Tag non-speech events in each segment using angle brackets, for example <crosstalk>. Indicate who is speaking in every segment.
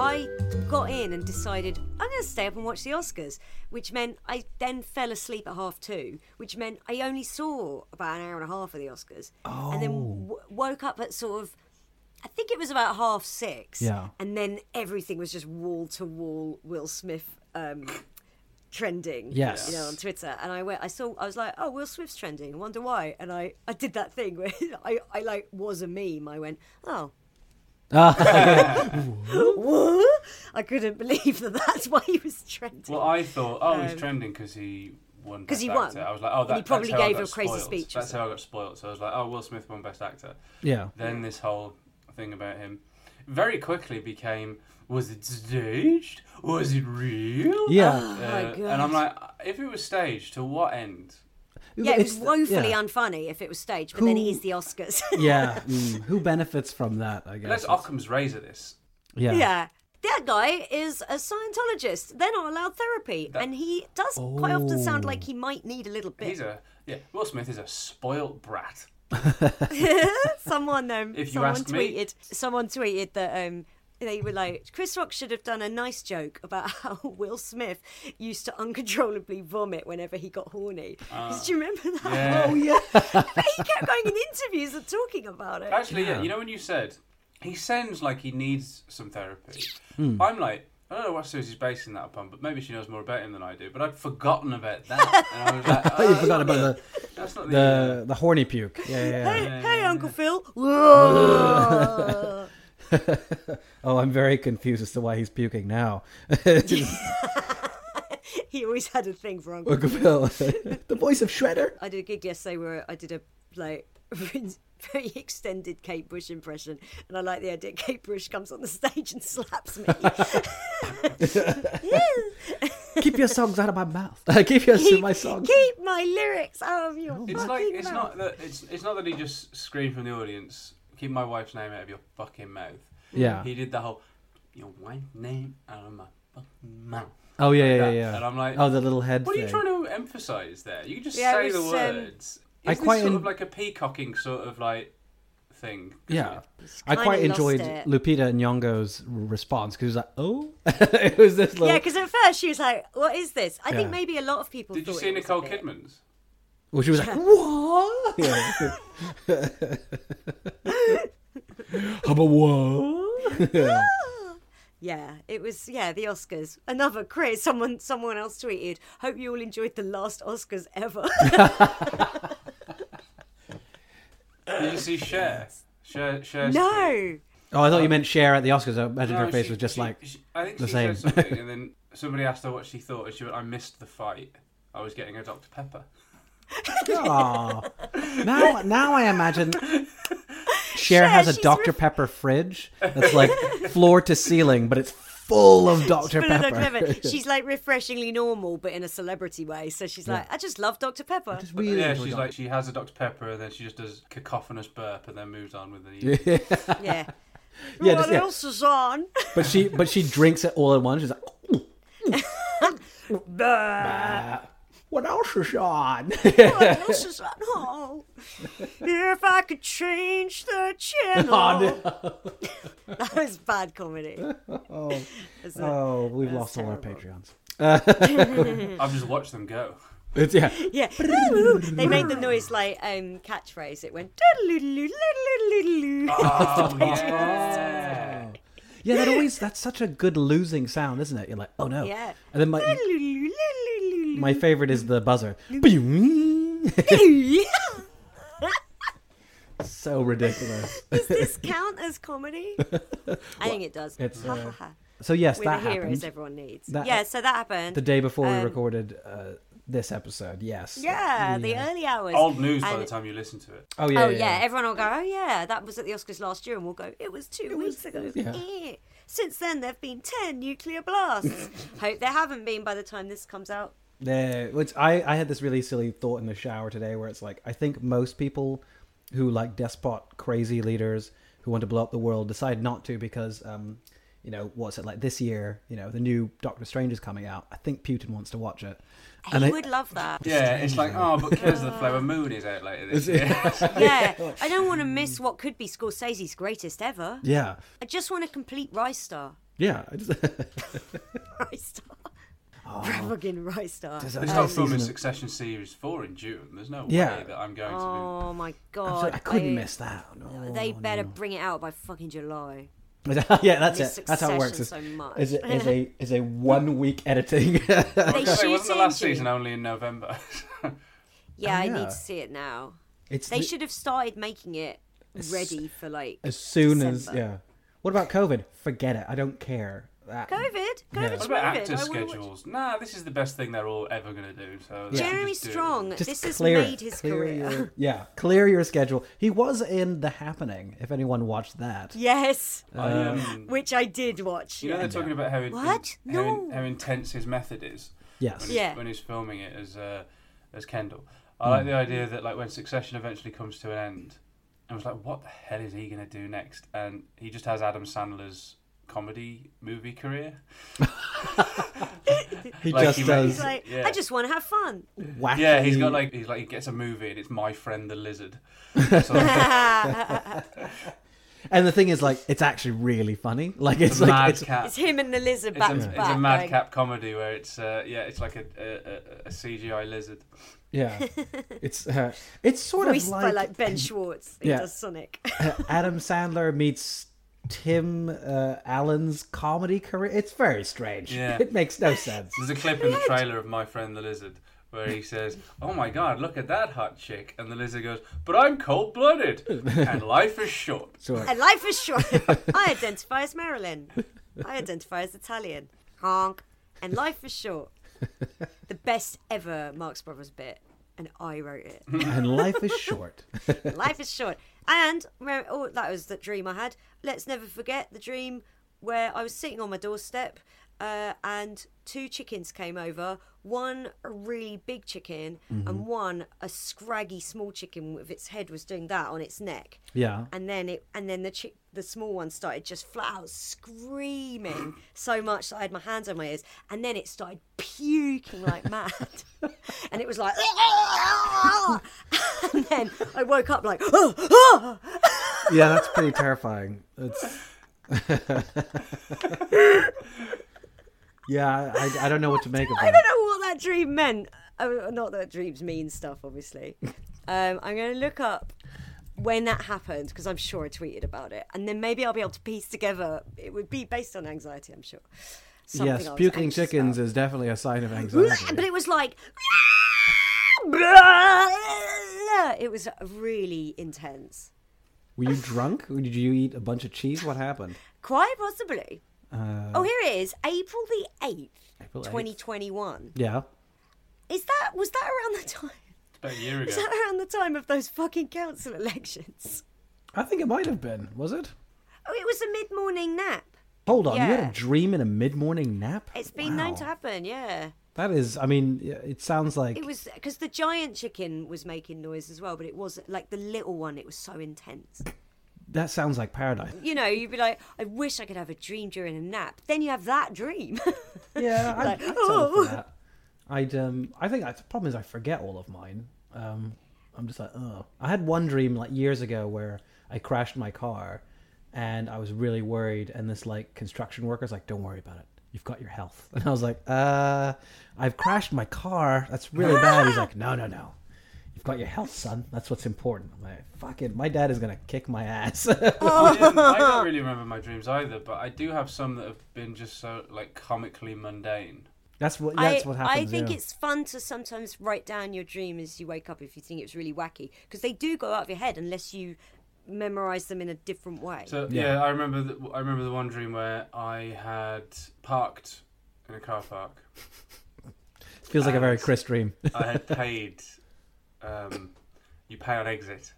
Speaker 1: I got in and decided I'm going to stay up and watch the Oscars, which meant I then fell asleep at half two, which meant I only saw about an hour and a half of the Oscars, and
Speaker 2: Oh.
Speaker 1: then w- woke up at sort of. I think it was about half six.
Speaker 2: Yeah.
Speaker 1: And then everything was just wall to wall Will Smith um, trending.
Speaker 2: Yes.
Speaker 1: You know, on Twitter. And I went, I saw, I was like, oh, Will Smith's trending. I wonder why. And I, I did that thing where <laughs> I, I like was a meme. I went, oh, what? I couldn't believe that that's why he was trending.
Speaker 3: Well, I thought, oh, he's trending because he won.
Speaker 1: Um, 'Cause
Speaker 3: Best
Speaker 1: he
Speaker 3: actor.
Speaker 1: won.
Speaker 3: I was like, oh,
Speaker 1: And
Speaker 3: that,
Speaker 1: he probably
Speaker 3: that's how I
Speaker 1: gave
Speaker 3: got
Speaker 1: a crazy
Speaker 3: spoiled.
Speaker 1: speech or
Speaker 3: That's how I got spoiled. So I was like, oh, Will Smith won Best Actor.
Speaker 2: Yeah.
Speaker 3: Then this whole thing about him very quickly became, was it staged? Was it real?
Speaker 2: Yeah.
Speaker 3: Uh,
Speaker 1: Oh, my
Speaker 3: and I'm
Speaker 1: God.
Speaker 3: like, if it was staged, to what end?
Speaker 1: yeah, it was
Speaker 2: It's-
Speaker 1: woefully
Speaker 2: yeah.
Speaker 1: unfunny if it was staged, but then it is the Oscars.
Speaker 2: Yeah. mm, Who benefits from that? I guess.
Speaker 3: Let's Occam's razor this.
Speaker 2: yeah.
Speaker 1: <laughs> yeah. That guy is a Scientologist. They're not allowed therapy. and he does quite often sound like he might need a little bit.
Speaker 3: Oh. He's a yeah. Will Smith is a spoilt brat.
Speaker 1: someone um,
Speaker 3: If you
Speaker 1: someone
Speaker 3: ask me.
Speaker 1: tweeted someone tweeted that um they were like Chris Rock should have done a nice joke about <laughs> how Will Smith used to uncontrollably vomit whenever he got horny. Did you remember that?
Speaker 3: Ah.
Speaker 1: <laughs> Oh,
Speaker 3: Yeah. <laughs>
Speaker 1: he kept going in interviews and talking about it.
Speaker 3: Actually, yeah. You know when you said he sounds like he needs some therapy.
Speaker 2: Hmm.
Speaker 3: I'm like. I don't know what Susie's basing that upon, but maybe she knows more about him than I do. But I'd forgotten about that. And I
Speaker 2: <laughs>
Speaker 3: was like,
Speaker 2: Oh, you
Speaker 3: "Oh,
Speaker 2: forgot about the
Speaker 3: that's not the.
Speaker 2: the the horny puke. Yeah, yeah,
Speaker 1: Hey,
Speaker 2: yeah.
Speaker 1: hey, Uncle
Speaker 3: <laughs>
Speaker 1: Phil. <laughs>
Speaker 2: Oh, I'm very confused as to why he's puking now. Uncle
Speaker 1: he always had a thing for Uncle.
Speaker 2: Phil, the voice of Shredder.
Speaker 1: I did a gig yesterday where I did a like <laughs> very extended Kate Bush impression, and I like the idea Kate Bush comes on the stage and slaps me.
Speaker 2: Keep your songs out of my mouth. Keep your
Speaker 1: keep,
Speaker 2: my songs.
Speaker 1: keep my lyrics out of your
Speaker 3: It's
Speaker 1: fucking
Speaker 3: like it's
Speaker 1: mouth.
Speaker 3: not that it's it's not that he just screamed from the audience. Keep my wife's name out of your fucking mouth.
Speaker 2: Yeah.
Speaker 3: He did the whole your wife's name out of my fucking mouth.
Speaker 2: Oh yeah, yeah,
Speaker 3: that.
Speaker 2: yeah.
Speaker 3: And I'm like,
Speaker 2: oh, the little head.
Speaker 3: What are you
Speaker 2: thing.
Speaker 3: trying to emphasise there? You can just
Speaker 1: Yeah,
Speaker 3: say
Speaker 1: it
Speaker 3: the
Speaker 1: was, um,
Speaker 3: words.
Speaker 2: I
Speaker 3: Isn't this
Speaker 2: quite
Speaker 3: sort of
Speaker 2: en-
Speaker 3: like a peacocking sort of like thing.
Speaker 2: Yeah, I
Speaker 1: kinda
Speaker 2: quite
Speaker 1: lost
Speaker 2: enjoyed
Speaker 1: it.
Speaker 2: Lupita Nyong'o's r- response because like, "Oh, <laughs> it was this little."
Speaker 1: Yeah, <laughs> because at first she was like, "What is this?" I
Speaker 2: Yeah.
Speaker 1: think maybe a lot of people.
Speaker 3: Did you
Speaker 1: thought
Speaker 3: see
Speaker 1: it was a
Speaker 3: Nicole
Speaker 1: bit-
Speaker 3: Kidman's?
Speaker 2: well, she was like, "What?" Yeah. <laughs> How about what? Yeah.
Speaker 1: Yeah, it was. Yeah, the Oscars. Another Chris. Someone, someone else tweeted. Hope you all enjoyed the last Oscars ever.
Speaker 2: <laughs>
Speaker 3: Did you see Cher? Cher, Cher's tweet?
Speaker 1: no.
Speaker 2: Oh, I thought you meant share at the Oscars. I imagine
Speaker 3: No,
Speaker 2: her face
Speaker 3: she-
Speaker 2: was just
Speaker 3: she-
Speaker 2: like,
Speaker 3: she- I think
Speaker 2: the
Speaker 3: she
Speaker 2: same.
Speaker 3: said something, and then somebody asked her what she thought, and she went, "I missed the fight. I was getting a Dr Pepper." <laughs>
Speaker 2: "Aw." Now, now I imagine. Cher has a
Speaker 1: she's
Speaker 2: Dr.
Speaker 1: ref-
Speaker 2: Pepper fridge that's like <laughs> floor to ceiling, but it's full of <laughs> Dr.
Speaker 1: Full of
Speaker 2: Pepper.
Speaker 1: Dr. Pepper.
Speaker 2: <laughs>
Speaker 1: She's like refreshingly normal, but in a celebrity way. So she's like, I just love Dr. Pepper.
Speaker 2: Just
Speaker 3: But
Speaker 2: really
Speaker 3: yeah,
Speaker 2: enjoy
Speaker 3: she's
Speaker 2: Dr.
Speaker 3: like she has a Dr Pepper, and then she just does cacophonous burp, and then moves on with the evening.
Speaker 1: <laughs> Yeah.
Speaker 2: <laughs> Yeah,
Speaker 1: what
Speaker 2: just- yeah.
Speaker 1: else
Speaker 2: <laughs>
Speaker 1: is on?
Speaker 2: But she
Speaker 1: <laughs>
Speaker 2: but she drinks it all at once. She's like,
Speaker 1: Bah.
Speaker 2: What else is on?
Speaker 1: <laughs>
Speaker 2: <laughs>
Speaker 1: What else is on? Oh, if I could
Speaker 2: <laughs>
Speaker 1: change the channel. That was bad comedy. Is it?
Speaker 2: oh, we've
Speaker 1: That's
Speaker 2: lost all our
Speaker 1: terrible.
Speaker 2: Patreons.
Speaker 3: I've just watched them go.
Speaker 2: It's yeah.
Speaker 1: Yeah. Ooh, they made the noise like um, catchphrase. It went. "Doodle-doodle-doodle-doodle-doodle-doo."
Speaker 3: Oh, yeah.
Speaker 2: Yeah, that always that's such a good losing sound, isn't it? You're like, oh no.
Speaker 1: Yeah.
Speaker 2: And then my
Speaker 1: Doodle-doodle-doodle-doodle-doo.
Speaker 2: my favorite is the buzzer. <laughs> Bing. so ridiculous.
Speaker 1: Does this count as comedy? I think it does.
Speaker 2: It's,
Speaker 1: Ha,
Speaker 2: uh,
Speaker 1: ha, ha.
Speaker 2: So yes,
Speaker 1: We're
Speaker 2: that
Speaker 1: the heroes
Speaker 2: happened
Speaker 1: everyone needs.
Speaker 2: That-
Speaker 1: yeah, so that happened.
Speaker 2: the day before we
Speaker 1: Um,
Speaker 2: recorded uh, this episode. Yes.
Speaker 1: yeah, the early hours.
Speaker 3: Old news by
Speaker 1: And-
Speaker 3: the time you listen to it.
Speaker 2: Oh yeah.
Speaker 1: Oh yeah, everyone will go. Oh yeah, that was at the Oscars last year, and we'll go. It was two weeks ago.
Speaker 2: yeah.
Speaker 1: Eh. Since then, there've been ten nuclear blasts. Hope there haven't been by the time this comes out.
Speaker 2: Yeah, which I, I had this really silly thought in the shower today where it's like, I think most people who like despot, crazy leaders who want to blow up the world decide not to because, um, you know, what's it like this year? You know, the new Doctor Strange is coming out. I think Putin wants to watch it.
Speaker 1: I
Speaker 2: I- <laughs>
Speaker 1: would love that.
Speaker 3: Yeah, it's like, oh, but Killers of the Flower Moon is out later this year.
Speaker 2: Oh
Speaker 1: Yeah, I don't want to miss what could be Scorsese's greatest ever.
Speaker 2: Yeah.
Speaker 1: I just want a complete rice star. <laughs>
Speaker 2: Yeah. <laughs> I just-
Speaker 1: Rice star.
Speaker 2: Oh.
Speaker 1: Fucking rice star.
Speaker 2: There's
Speaker 3: They
Speaker 2: another
Speaker 3: start filming
Speaker 2: season of-
Speaker 3: Succession Series 4 in June. There's no
Speaker 2: Yeah.
Speaker 3: way that I'm going to
Speaker 1: Oh my
Speaker 2: I'm
Speaker 1: god.
Speaker 2: sorry, I couldn't miss that. Oh, No,
Speaker 1: They
Speaker 2: no, Oh,
Speaker 1: better bring it out by fucking July.
Speaker 2: <laughs> yeah, that's
Speaker 1: miss
Speaker 2: it. That's how it works. Is,
Speaker 1: Succession so much.
Speaker 2: is, a, is a is
Speaker 1: <laughs>
Speaker 2: a one week editing. <laughs>
Speaker 1: They
Speaker 3: do that. It
Speaker 1: shoot
Speaker 3: wasn't the
Speaker 1: in
Speaker 3: last
Speaker 1: June.
Speaker 3: season only in November. <laughs>
Speaker 1: Yeah, I
Speaker 2: yeah.
Speaker 1: need to see it now.
Speaker 2: it's
Speaker 1: They
Speaker 2: the-
Speaker 1: should have started making it ready for like
Speaker 2: as soon as
Speaker 1: December.
Speaker 2: yeah. What about COVID? Forget it. I don't care. That,
Speaker 1: COVID.
Speaker 3: what
Speaker 1: COVID's
Speaker 3: about
Speaker 1: COVID.
Speaker 3: actor
Speaker 1: I wanna watch-
Speaker 3: schedules? Nah, this is the best thing they're all ever going to do. So they should
Speaker 1: Jeremy
Speaker 3: just do it.
Speaker 1: Strong.
Speaker 2: Just
Speaker 1: this has
Speaker 2: clear
Speaker 1: made
Speaker 2: it.
Speaker 1: his
Speaker 2: Clear
Speaker 1: career.
Speaker 2: your- yeah, clear your schedule. He was in The Happening. If anyone watched that, <laughs>
Speaker 1: <laughs> Yes,
Speaker 3: I,
Speaker 2: Uh,
Speaker 3: um,
Speaker 1: which I did watch.
Speaker 3: you know, they're talking about how, in,
Speaker 1: What?
Speaker 3: in- how, in-
Speaker 1: No.
Speaker 3: how intense his method is.
Speaker 2: yes,
Speaker 3: when,
Speaker 1: Yeah.
Speaker 3: he's, when he's filming it as uh, as Kendall. I
Speaker 2: Hmm.
Speaker 3: like the idea that like when Succession eventually comes to an end, I was like, what the hell is he gonna do next? And he just has Adam Sandler's comedy movie career.
Speaker 2: he
Speaker 3: Like,
Speaker 2: just
Speaker 3: he
Speaker 2: does.
Speaker 1: He's like,
Speaker 3: Yeah.
Speaker 1: I just want to have fun.
Speaker 2: wacky.
Speaker 3: Yeah, he's got like he's like he gets a movie and it's My Friend the
Speaker 2: <laughs>
Speaker 3: Lizard. Sort of
Speaker 2: And the thing is, like, it's actually really funny. <laughs> Like, it's like
Speaker 3: mad
Speaker 2: it's,
Speaker 3: cat.
Speaker 1: It's him and the lizard
Speaker 3: It's
Speaker 1: back
Speaker 3: a,
Speaker 1: to
Speaker 3: it's
Speaker 1: back.
Speaker 3: a
Speaker 1: going,
Speaker 3: madcap comedy where it's uh, yeah, it's like a, a, a, a CGI lizard.
Speaker 1: <laughs>
Speaker 2: yeah, it's uh, it's sort of
Speaker 1: Voiced by
Speaker 2: like, <laughs>
Speaker 1: like Ben Schwartz. He
Speaker 2: Yeah.
Speaker 1: does Sonic. <laughs>
Speaker 2: Adam Sandler meets Tim uh, Allen's comedy career. It's very strange.
Speaker 3: Yeah.
Speaker 2: <laughs> It makes no
Speaker 3: <laughs>
Speaker 2: sense.
Speaker 3: There's a clip in the trailer of My Friend the Lizard where he says, Oh my god, look at that hot chick. And the lizard goes, But I'm cold blooded and life is short.
Speaker 2: Sure.
Speaker 1: and life is
Speaker 3: <laughs>
Speaker 1: short. I identify as Marilyn. I identify as Italian. Honk. And life is
Speaker 3: <laughs>
Speaker 1: short. The best ever Marx Brothers bit. And I wrote it.
Speaker 2: and life is short. <laughs>
Speaker 1: Life is short. And remember, oh, that was the dream I had. Let's never forget the dream where I was sitting on my doorstep uh, and two chickens came over. One a really big chicken and one a scraggy small chicken with its head was doing that on its neck.
Speaker 2: Yeah.
Speaker 1: And then it and then the chick, the small one started just flat out screaming so much that I had my hands on my ears. And then it started puking like mad. <laughs> and it was like <laughs> and then I woke up like <gasps>
Speaker 2: yeah, that's pretty terrifying. It's <laughs> yeah, I, I don't know what to make of
Speaker 1: I
Speaker 2: that.
Speaker 1: don't know what that dream meant. Oh, not that dreams mean stuff, obviously. Um, I'm going to look up when that happened because I'm sure I tweeted about it, and then maybe I'll be able to piece together. It would be based on anxiety, I'm sure. Something
Speaker 2: Yes,
Speaker 1: I was
Speaker 2: puking
Speaker 1: anxious
Speaker 2: chickens
Speaker 1: about.
Speaker 2: is definitely a sign of anxiety.
Speaker 1: But it was like. "Ah, It was really intense.
Speaker 2: Were you drunk? Or Did you eat a bunch of cheese? What happened?
Speaker 1: Quite possibly. oh, here it is. April the 8th,
Speaker 2: April 8th.
Speaker 1: 2021.
Speaker 2: Yeah.
Speaker 1: Is that, was that around the time?
Speaker 3: It's about a year ago.
Speaker 1: Was that around the time of those fucking council <laughs> elections?
Speaker 2: I think it might have been. Was it?
Speaker 1: Oh, it was a mid morning nap.
Speaker 2: Hold on, you had
Speaker 1: Yeah.
Speaker 2: a dream in a mid-morning nap.
Speaker 1: It's been known to
Speaker 2: Wow.
Speaker 1: happen, yeah.
Speaker 2: That is, I mean, yeah, it sounds like
Speaker 1: It was because the giant chicken was making noise as well, but it was like the little one, it was so intense.
Speaker 2: that sounds like paradise.
Speaker 1: You know, you'd be like, I wish I could have a dream during a nap. Then you have that dream.
Speaker 2: Yeah, I,
Speaker 1: <laughs>
Speaker 2: I'd
Speaker 1: Like,
Speaker 2: settle for
Speaker 1: "Oh."
Speaker 2: that. I'd um I think I, the problem is I forget all of mine. Um, I'm just like oh. I had one dream like years ago where I crashed my car, and I was really worried. And this like construction worker's like, "Don't worry about it. You've got your health." <laughs> And I was like, "Uh, I've crashed my car. That's really bad." He's like, "No, no, no. You've got your health, son. That's what's important." I'm like, "Fucking, my dad is gonna kick my ass." <laughs>
Speaker 3: I, didn't- I don't really remember my dreams either, but I do have some that have been just so like comically mundane.
Speaker 2: that's what
Speaker 1: I,
Speaker 2: <laughs> that's what happens.
Speaker 1: I think
Speaker 2: yeah.
Speaker 1: it's fun to sometimes write down your dream as you wake up if you think it's really wacky because they do go out of your head unless you memorize them in a different way.
Speaker 3: So yeah, I remember. The, I remember the one dream where I had parked in a car park.
Speaker 2: feels like a very Chris dream.
Speaker 3: I had paid. Um, you pay on exit.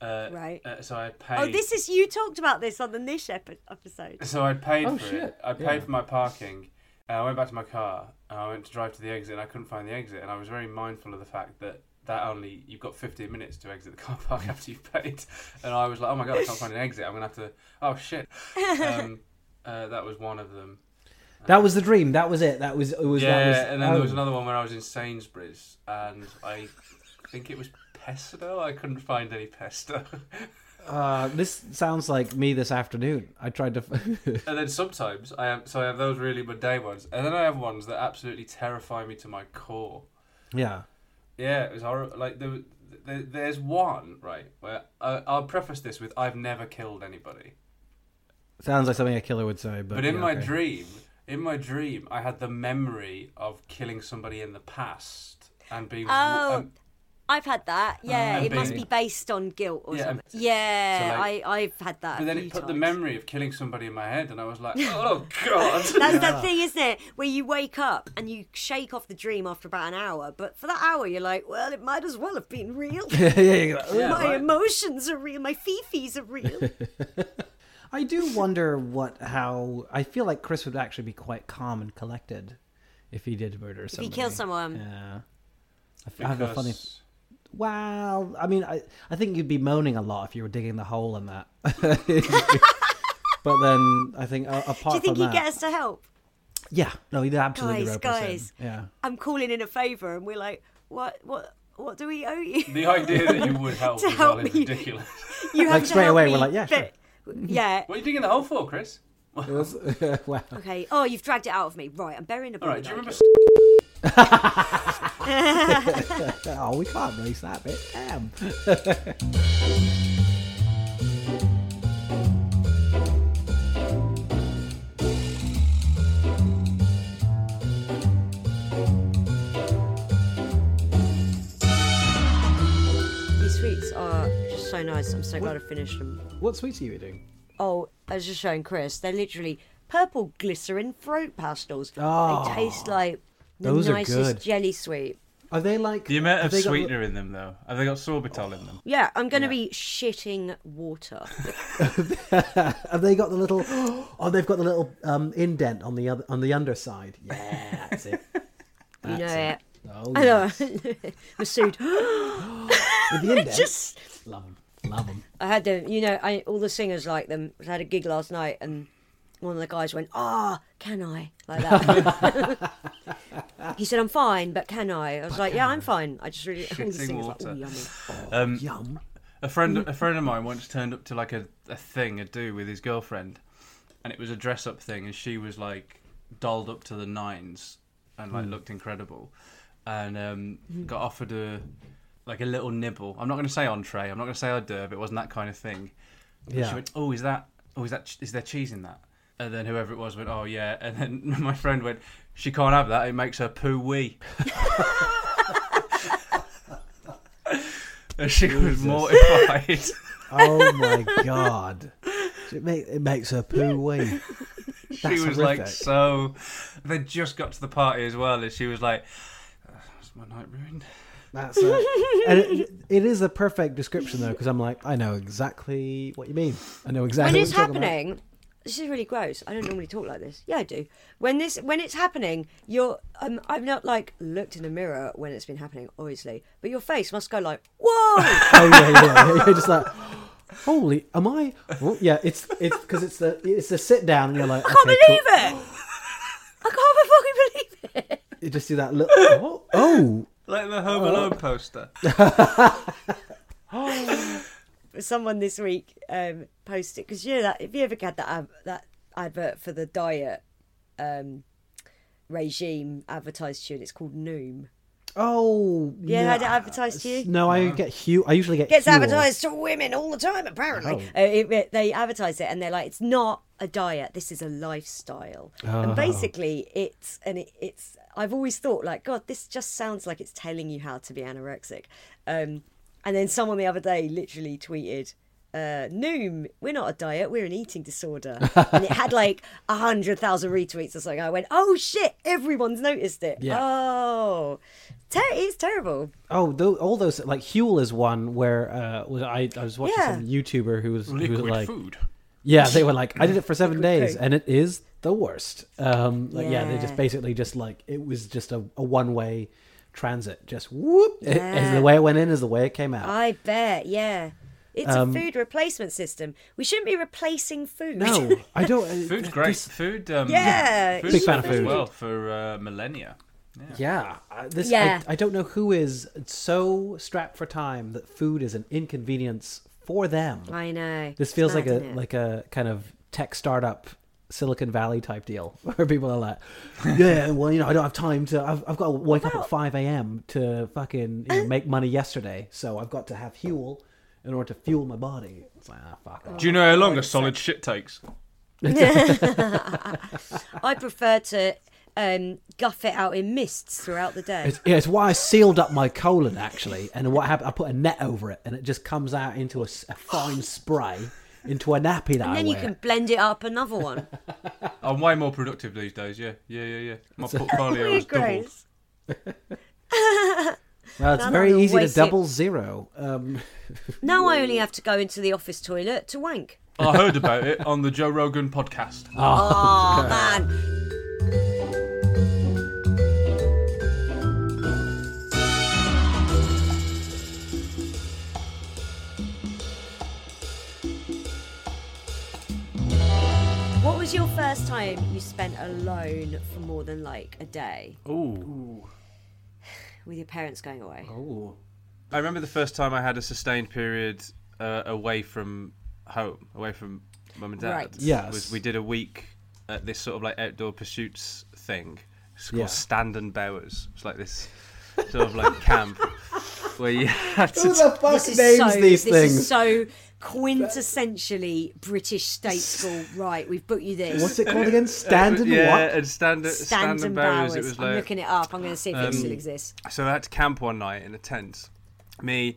Speaker 3: Uh,
Speaker 1: Right.
Speaker 3: Uh, so I paid.
Speaker 1: oh, this is you talked about this on the Nish epi- episode.
Speaker 3: So I paid
Speaker 2: Oh,
Speaker 3: for
Speaker 2: shit.
Speaker 3: it. I paid
Speaker 2: Yeah.
Speaker 3: for my parking. And I went back to my car and I went to drive to the exit and I couldn't find the exit and I was very mindful of the fact that that only you've got 15 minutes to exit the car
Speaker 2: <laughs>
Speaker 3: park after you've paid and I was like oh my god I can't find an exit I'm gonna have to
Speaker 1: <laughs>
Speaker 3: oh shit um, uh, that was one of them
Speaker 2: That was the dream. That was it. That was it. Was
Speaker 3: yeah
Speaker 2: that was,
Speaker 3: and then there was
Speaker 2: oh.
Speaker 3: another one where I was in Sainsbury's and I think it was pesto I couldn't find any pesto <laughs>
Speaker 2: Uh, this sounds like me this afternoon. I tried to.
Speaker 3: <laughs> And then sometimes I have so I have those really mundane ones, and then I have ones that absolutely terrify me to my core.
Speaker 2: yeah.
Speaker 3: Yeah, it was horrible. Like there, was- there, there's one right where I, I'll preface this with I've never killed anybody,
Speaker 2: Sounds like something a killer would say. But,
Speaker 3: but in
Speaker 2: yeah,
Speaker 3: my
Speaker 2: okay.
Speaker 3: dream, in my dream, I had the memory of killing somebody in the past and being
Speaker 1: Oh,
Speaker 3: and-
Speaker 1: I've had that. Yeah,
Speaker 3: and
Speaker 1: it must
Speaker 3: being-
Speaker 1: be based on guilt or
Speaker 3: uh, Yeah, and-
Speaker 1: something. Yeah,
Speaker 3: so, like-
Speaker 1: I, I've had that.
Speaker 3: but
Speaker 1: a
Speaker 3: then
Speaker 1: few
Speaker 3: it put the
Speaker 1: times.
Speaker 3: memory of killing somebody in my head, and I
Speaker 1: <laughs>
Speaker 3: was like, oh god.
Speaker 1: That's that thing, isn't it? Where you wake up and you shake off the dream after about an hour, but for that hour you're like, well, it might as well have been real.
Speaker 2: <laughs> yeah, you're like, "Ugh."
Speaker 3: Yeah,
Speaker 1: <laughs> my
Speaker 3: right.
Speaker 1: emotions are real. My fifis
Speaker 2: <laughs>
Speaker 1: are real.
Speaker 2: I do wonder what how I feel like Chris would actually be quite calm and collected if he did murder
Speaker 1: if you
Speaker 2: somebody.
Speaker 1: kill someone,
Speaker 2: Yeah. I f- I have a funny.
Speaker 3: Because-
Speaker 2: Well, I mean, I I think you'd be moaning a lot if you were digging the hole in
Speaker 1: <laughs>
Speaker 2: that. but then I think uh, apart
Speaker 1: do you think
Speaker 2: from
Speaker 1: you
Speaker 2: that,
Speaker 1: get us to help?
Speaker 2: yeah, no, he'd absolutely
Speaker 1: Guys,
Speaker 2: rope us in.
Speaker 1: guys.
Speaker 2: yeah.
Speaker 1: I'm calling in a favour, and we're like, what, what, what do we owe you?
Speaker 3: The idea that you would help
Speaker 1: <laughs> To
Speaker 3: as well
Speaker 1: help
Speaker 3: is
Speaker 1: me.
Speaker 3: ridiculous.
Speaker 1: <laughs>
Speaker 3: <laughs>
Speaker 1: you have
Speaker 2: Like,
Speaker 1: to
Speaker 2: straight
Speaker 1: help
Speaker 2: away, we're
Speaker 1: me,
Speaker 2: like, yeah, sure.
Speaker 1: but- yeah.
Speaker 3: What are you digging the hole for, Chris? <laughs>
Speaker 2: wow.
Speaker 1: Okay. Oh, you've dragged it out of me. Right, I'm burying a
Speaker 3: All
Speaker 1: body.
Speaker 3: right, do you
Speaker 1: now.
Speaker 3: remember?
Speaker 2: <laughs> Oh, we can't release that bit. Damn.
Speaker 1: These sweets are just so nice. I'm so glad I finished them.
Speaker 2: What sweets are you eating?
Speaker 1: Oh, I was just showing Chris. They're literally purple glycerin throat pastels.
Speaker 2: Oh.
Speaker 1: they taste like the
Speaker 2: Those are
Speaker 1: nicest
Speaker 2: good.
Speaker 1: jelly sweet.
Speaker 2: Are they like
Speaker 3: The amount
Speaker 2: have
Speaker 3: of
Speaker 2: they got-
Speaker 3: sweetener in them, though. Have they got sorbitol in them?
Speaker 1: Yeah, I'm going to be shitting water.
Speaker 2: Have they got the little? <gasps> Oh, they've got the little um, indent on the other on the underside. Yeah, that's
Speaker 1: <laughs>
Speaker 2: it.
Speaker 1: you know it.
Speaker 2: That's Oh,
Speaker 1: I know.
Speaker 2: yeah.
Speaker 1: <laughs> <gasps> Masood.
Speaker 2: With the indent.
Speaker 1: <laughs> just.
Speaker 2: Love them. Love them.
Speaker 1: I had them, you know, I, all the singers like them. I had a gig last night and one of the guys went, Ah, can I? Like that. <laughs> he said, I'm fine, but can I? I was like, Yeah, I'm fine. I just really. <laughs> All the
Speaker 3: Shitting
Speaker 1: singers like,
Speaker 3: water.
Speaker 1: "Ooh, yummy.
Speaker 2: Yum.
Speaker 3: A friend, a friend of mine once turned up to like a, a thing, a do with his girlfriend, and it was a dress up thing, and she was like dolled up to the nines and like looked incredible, and um, got offered a like a little nibble. I'm not going to say entree. I'm not going to say hors d'oeuvre. It wasn't that kind of thing. But
Speaker 2: Yeah.
Speaker 3: She went, oh, is that? Oh, is that? ch- Is there cheese in that? And then whoever it was went, oh yeah. And then <laughs> my friend went, she can't have that. It makes her poo wee. <laughs> And she was mortified. <laughs>
Speaker 2: Oh my god. It, make, it makes her poo wee.
Speaker 3: she
Speaker 2: That's
Speaker 3: was
Speaker 2: horrific.
Speaker 3: like so. They just got to the party as well, and she was like, "Oh, "Is my night ruined?"
Speaker 2: That's it. And it, it is a perfect description though, because I'm like, I know exactly what you mean. I know exactly.
Speaker 1: when
Speaker 2: what
Speaker 1: it's
Speaker 2: you're talking about.
Speaker 1: happening this is really gross i don't normally talk like this yeah i do when this when it's happening you're um, i've not like looked in the mirror when it's been happening obviously but your face must go like
Speaker 2: <laughs>
Speaker 1: whoa
Speaker 2: oh yeah, yeah, yeah. You're just like, holy, am I? Oh, yeah, it's it's because it's the it's the sit down, and you're like, I
Speaker 1: i can't believe it i can't fucking believe it
Speaker 2: You just do that look. Oh, oh.
Speaker 3: Like the Home Alone <laughs> poster.
Speaker 1: someone this week um, posted because you know that if you ever had that ad- that advert for the diet um, regime advertised to you, and it's called Noom.
Speaker 2: Oh,
Speaker 1: You ever had it advertised to you?
Speaker 2: No, I get Hugh. I usually get Oh.
Speaker 1: Gets
Speaker 2: Huel.
Speaker 1: advertised to women all the time. Apparently, uh, it, it- they advertise it, and they're like, "It's not a diet. This is a lifestyle."
Speaker 2: Ah.
Speaker 1: And basically, it's and it, it's. I've always thought like, God, this just sounds like it's telling you how to be anorexic. Um, and then someone the other day literally tweeted, uh, Noom, we're not a diet, we're an
Speaker 2: <laughs>
Speaker 1: eating disorder. and it had like 100,000 retweets or something. I went, oh shit, everyone's noticed it.
Speaker 2: Yeah.
Speaker 1: Oh, ter- it's terrible.
Speaker 2: Oh, tho- all those like Huel is one where uh, was I, I was watching
Speaker 1: Yeah.
Speaker 2: some YouTuber who was who was
Speaker 3: Liquid
Speaker 2: like
Speaker 3: food.
Speaker 2: yeah they were like I did it for seven
Speaker 1: Liquid
Speaker 2: days
Speaker 1: food.
Speaker 2: and it is the worst. Um, like yeah. they just
Speaker 1: Yeah.
Speaker 2: basically just like it was just a, a one way transit. Just whoop It- as
Speaker 1: Yeah.
Speaker 2: the way it went in is the way it came out.
Speaker 1: I bet, yeah. It's
Speaker 2: Um,
Speaker 1: a food replacement system. We shouldn't be replacing food. <laughs>
Speaker 2: no, I don't.
Speaker 3: Food's
Speaker 2: uh,
Speaker 3: great.
Speaker 2: this-
Speaker 3: food. Um,
Speaker 1: Yeah,
Speaker 3: food's
Speaker 2: Big fan of
Speaker 3: great as
Speaker 2: food.
Speaker 3: Well, for uh, millennia.
Speaker 2: Yeah, I- this
Speaker 1: Yeah.
Speaker 2: I, I don't know who is so strapped for time that food is an inconvenience for them.
Speaker 1: I know.
Speaker 2: This feels like a
Speaker 1: Mad, isn't it?
Speaker 2: like a kind of tech startup Silicon Valley type deal <laughs> where people are like, yeah, well, you know, I don't have time to. I've, I've got to wake up at five a.m. to fucking you know, make money yesterday, so I've got to have fuel in order to fuel my body. It's like ah, fuck. off.
Speaker 3: Do you know how long a solid shit takes?
Speaker 1: I prefer to um, guff it out in mists throughout the day.
Speaker 2: It's, yeah, it's why I sealed up my colon actually, and what happened? I put a net over it, and it just comes out into a, s- a fine
Speaker 1: <sighs>
Speaker 2: spray into a nappy that
Speaker 1: and
Speaker 2: I
Speaker 1: then you
Speaker 2: wear.
Speaker 1: can blend it up another
Speaker 2: <laughs>
Speaker 1: one.
Speaker 3: I'm way more productive these days. Yeah, yeah, yeah, yeah.
Speaker 1: <laughs>
Speaker 3: My <laughs> portfolio is doubled.
Speaker 1: Grace.
Speaker 2: Well, it's
Speaker 1: None
Speaker 2: very
Speaker 1: of the
Speaker 2: easy to
Speaker 1: waste-
Speaker 2: double zero. Um,
Speaker 1: Now I only have to go into the office toilet to wank.
Speaker 3: I heard about it on the Joe Rogan podcast.
Speaker 1: Oh, man. What was your first time you spent alone for more than like a day
Speaker 3: Ooh.
Speaker 1: <sighs> with your parents going away?
Speaker 2: ooh.
Speaker 3: I remember the first time I had a sustained period uh, away from home, away from mum and dad.
Speaker 1: Right.
Speaker 2: Yes.
Speaker 3: Was we did a week at this sort of like outdoor pursuits thing. It's called
Speaker 2: Yeah.
Speaker 3: Stand and Bowers. It's like this sort of like camp where you <laughs> had to.
Speaker 2: Who the fuck
Speaker 1: This is
Speaker 2: names
Speaker 1: so,
Speaker 2: these
Speaker 1: this
Speaker 2: things?
Speaker 1: is so quintessentially British state school. Right, we've booked you this.
Speaker 2: What's it called again? Stand and
Speaker 3: yeah,
Speaker 2: what?
Speaker 3: and stand,
Speaker 1: Stand and Bowers.
Speaker 3: Bowers. It was
Speaker 1: I'm
Speaker 3: like um,
Speaker 1: looking it up. I'm going to see if it still exists.
Speaker 3: So I had to camp one night in a tent. Me,